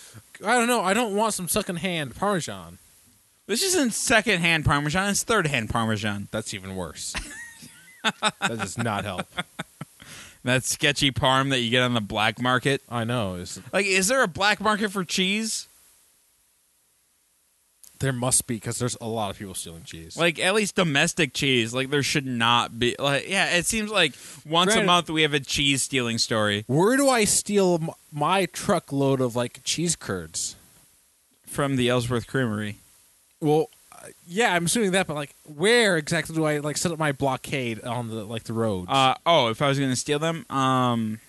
Speaker 2: I don't know. I don't want some secondhand Parmesan.
Speaker 1: This isn't second-hand parmesan; it's third-hand parmesan.
Speaker 2: That's even
Speaker 1: <laughs>
Speaker 2: worse. that does not help.
Speaker 1: That sketchy parm that you get on the black market.
Speaker 2: I know. Is
Speaker 1: Like, is there a black market for cheese?
Speaker 2: there must be because there's a lot of people stealing cheese.
Speaker 1: Like at least domestic cheese. Like there should not be. Like yeah, it seems like once a
Speaker 2: Granted-
Speaker 1: month we have a cheese stealing story
Speaker 2: where do I steal m- my truckload of like cheese curds?
Speaker 1: from the Ellsworth Creamery.
Speaker 2: Well, uh, yeah, I'm assuming that, but like, where exactly do I like set up my blockade on the like the roads?
Speaker 1: Uh, oh, if I was gonna steal them, um,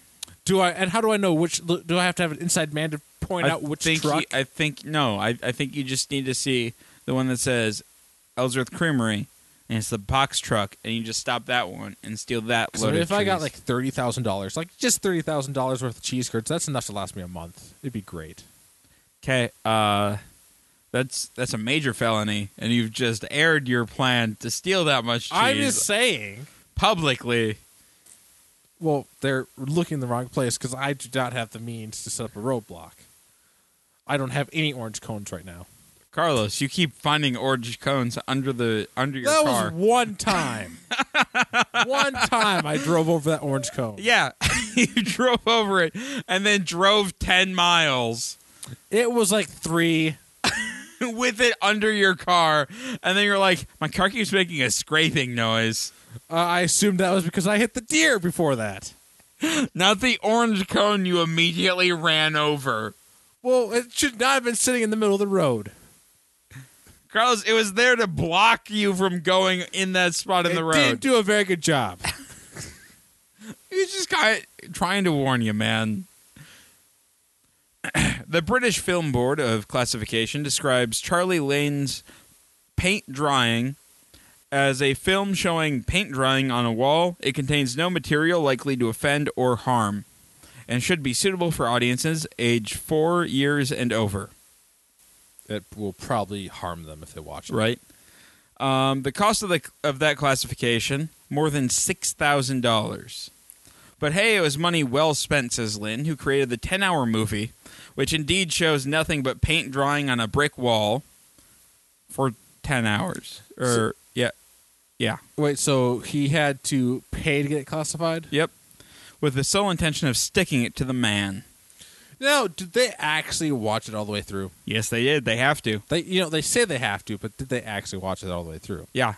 Speaker 2: do I and how do I know which? Do I have to have an inside man to point
Speaker 1: I
Speaker 2: out which
Speaker 1: think
Speaker 2: truck?
Speaker 1: you- I think no. I I think you just need to see the one that says Ellsworth Creamery, and it's the box truck, and you just stop that one and steal that.
Speaker 2: so
Speaker 1: loaded
Speaker 2: if I got
Speaker 1: cheese.
Speaker 2: like thirty thousand dollars, like just thirty thousand dollars worth of cheese curds, that's enough to last me a month. It'd be great.
Speaker 1: Okay, uh that's that's a major felony and you've just aired your plan to steal that much cheese
Speaker 2: I'm just saying.
Speaker 1: publicly.
Speaker 2: Well, they're looking in the wrong place because I do not have the means to set up a roadblock. I don't have any orange cones right now.
Speaker 1: Carlos, you keep finding orange cones under the under your
Speaker 2: that
Speaker 1: car.
Speaker 2: was one time. <laughs> one time I drove over that orange cone.
Speaker 1: yeah, <laughs> you drove over it and then drove 10 miles <laughs>
Speaker 2: It was like three.
Speaker 1: with it under your car and then you're like my car keeps making a scraping noise.
Speaker 2: Uh, I assumed that was because I hit the deer before that.
Speaker 1: Not the orange cone you immediately ran over.
Speaker 2: Well, it should not have been sitting in the middle of the road.
Speaker 1: Carlos, it was there to block you from going in that spot in
Speaker 2: it
Speaker 1: the road.
Speaker 2: didn't do a very good job.
Speaker 1: He's just kind of trying to warn you, man. <clears throat> the British Film Board of Classification describes Charlie Lane's paint drying as a film showing paint drying on a wall. It contains no material likely to offend or harm and should be suitable for audiences age four years and over.
Speaker 2: It will probably harm them if they watch it.
Speaker 1: Right. Um, the cost of the of that classification more than six thousand dollars. But hey, it was money well spent, says Lynn, who created the ten-hour movie, which indeed shows nothing but paint drying on a brick wall for ten hours. Or yeah, yeah,
Speaker 2: Wait, so he had to pay to get it classified?
Speaker 1: yep, with the sole intention of sticking it to the man.
Speaker 2: No, did they actually watch it all the way through?
Speaker 1: Yes, they did. They have to.
Speaker 2: They, you know, they say they have to, but did they actually watch it all the way through?
Speaker 1: Yeah,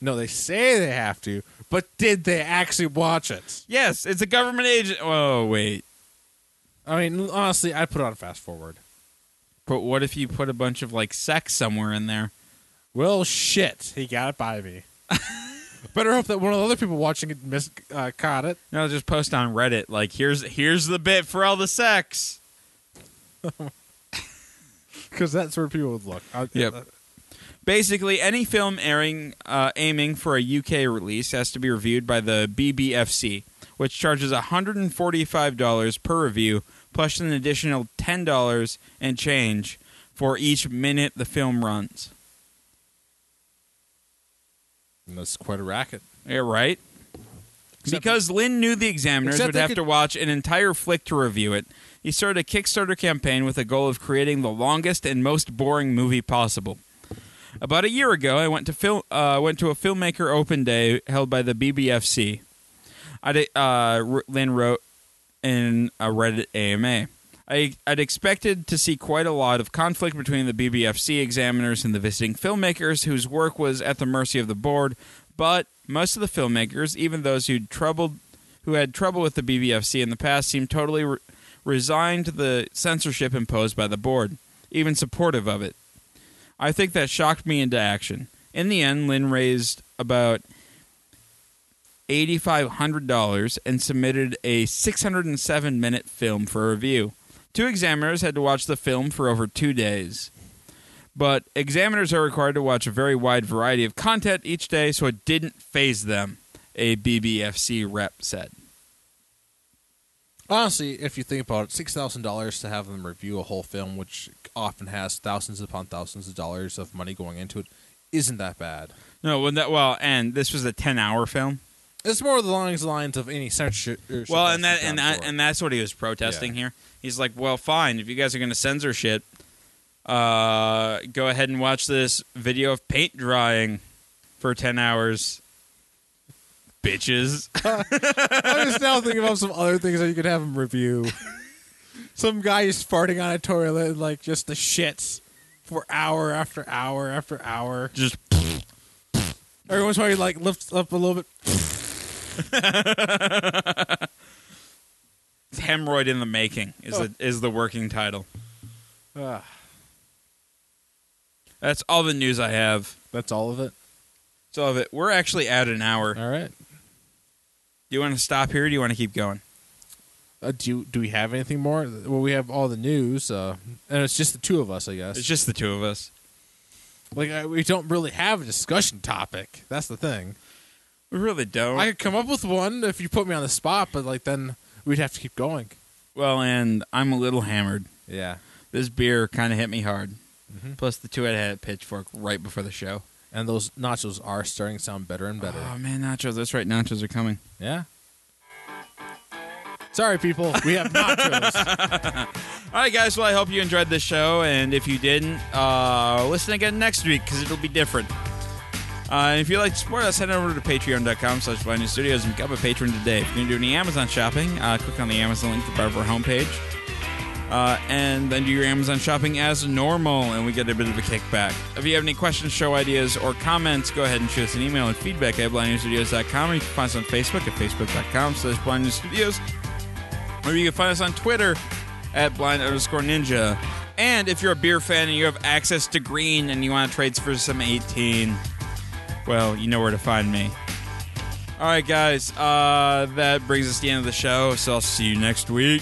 Speaker 2: No, they say they have to, but did they actually watch it?
Speaker 1: yes, it's a government agent. Oh wait,
Speaker 2: I mean, honestly, I'd put it on fast forward.
Speaker 1: but what if you put a bunch of like sex somewhere in there?
Speaker 2: Well, shit, he got it by me. <laughs> Better hope that one of the other people watching it mis- uh, caught it.
Speaker 1: No, just post on Reddit. Like, here's here's the bit for all the sex.
Speaker 2: because that's where people would look. I, uh,
Speaker 1: Yep. Basically, any film airing uh, aiming for a UK release has to be reviewed by the BBFC, which charges $145 per review, plus an additional $10 and change for each minute the film runs.
Speaker 2: and that's quite a racket.
Speaker 1: Yeah, right? because Lynn knew the examiners
Speaker 2: Except
Speaker 1: would
Speaker 2: they
Speaker 1: have
Speaker 2: could-
Speaker 1: to watch an entire flick to review it, he started a Kickstarter campaign with the goal of creating the longest and most boring movie possible. About a year ago, I went to film uh, went to a filmmaker open day held by the BBFC. I di- uh, R- Lynn wrote in a Reddit AMA. I, I'd expected to see quite a lot of conflict between the BBFC examiners and the visiting filmmakers, whose work was at the mercy of the board. But most of the filmmakers, even those who troubled, who had trouble with the BBFC in the past, seemed totally re- resigned to the censorship imposed by the board, even supportive of it. I think that shocked me into action. In the end, Lynn raised about $8,500 and submitted a 607 minute film for review. Two examiners had to watch the film for over two days. But examiners are required to watch a very wide variety of content each day, so it didn't phase them, a BBFC rep said.
Speaker 2: Honestly, if you think about it, six thousand dollars to have them review a whole film, which often has thousands upon thousands of dollars of money going into it, isn't that bad.
Speaker 1: No, when that, well, and this was a 10 hour film.
Speaker 2: It's more along the lines of any censorship.
Speaker 1: Well, and that and that, and that's what he was protesting
Speaker 2: Yeah.
Speaker 1: here. He's like, "Well, fine. If you guys are going to censor shit, uh, go ahead and watch this video of paint drying for ten hours, bitches." <laughs>
Speaker 2: I was now thinking about some other things that you could have them review. some guy is farting on a toilet, and, like just the shits for hour after hour after hour.
Speaker 1: Just
Speaker 2: Everyone's probably like lifts up a little bit.
Speaker 1: hemorrhoid in the making is the, is the working title.
Speaker 2: Ah,
Speaker 1: That's all the news I have.
Speaker 2: that's all of it.
Speaker 1: That's all of it. We're actually at an hour. Do
Speaker 2: All right.
Speaker 1: you want to stop here? or Do you want to keep going?
Speaker 2: Uh, do you, do we have anything more? Well, we have all the news, uh, and it's just the two of us, I guess.
Speaker 1: It's just the two of us.
Speaker 2: like I, we don't really have a discussion topic. That's the thing.
Speaker 1: We really don't.
Speaker 2: I could come up with one if you put me on the spot, but like then we'd have to keep going.
Speaker 1: well, and I'm a little hammered.
Speaker 2: Yeah,
Speaker 1: This beer kind of hit me hard. Plus, the two I had at Pitchfork right before the show.
Speaker 2: and those nachos are starting to sound better and better.
Speaker 1: Oh man, nachos! That's right, nachos are coming.
Speaker 2: yeah. Sorry, people, we have nachos.
Speaker 1: All right, guys. Well, I hope you enjoyed this show, and if you didn't, uh, listen again next week because it'll be different. Uh, if you'd like to support us, head over to patreon.com slash Blind News Studios and become a patron today. If you're going to do any Amazon shopping, uh, click on the Amazon link at the bottom of our homepage. Uh, and then do your Amazon shopping as normal, and we get a bit of a kickback. If you have any questions, show ideas, or comments, go ahead and shoot us an email at feedback at blindnewstudios.com, or you can find us on Facebook at facebook.com slash blindnewstudios, or you can find us on Twitter at blind underscore ninja. And if you're a beer fan and you have access to green and you want to trade for some 18, well, you know where to find me. All right, guys, uh, that brings us to the end of the show, so I'll see you next week.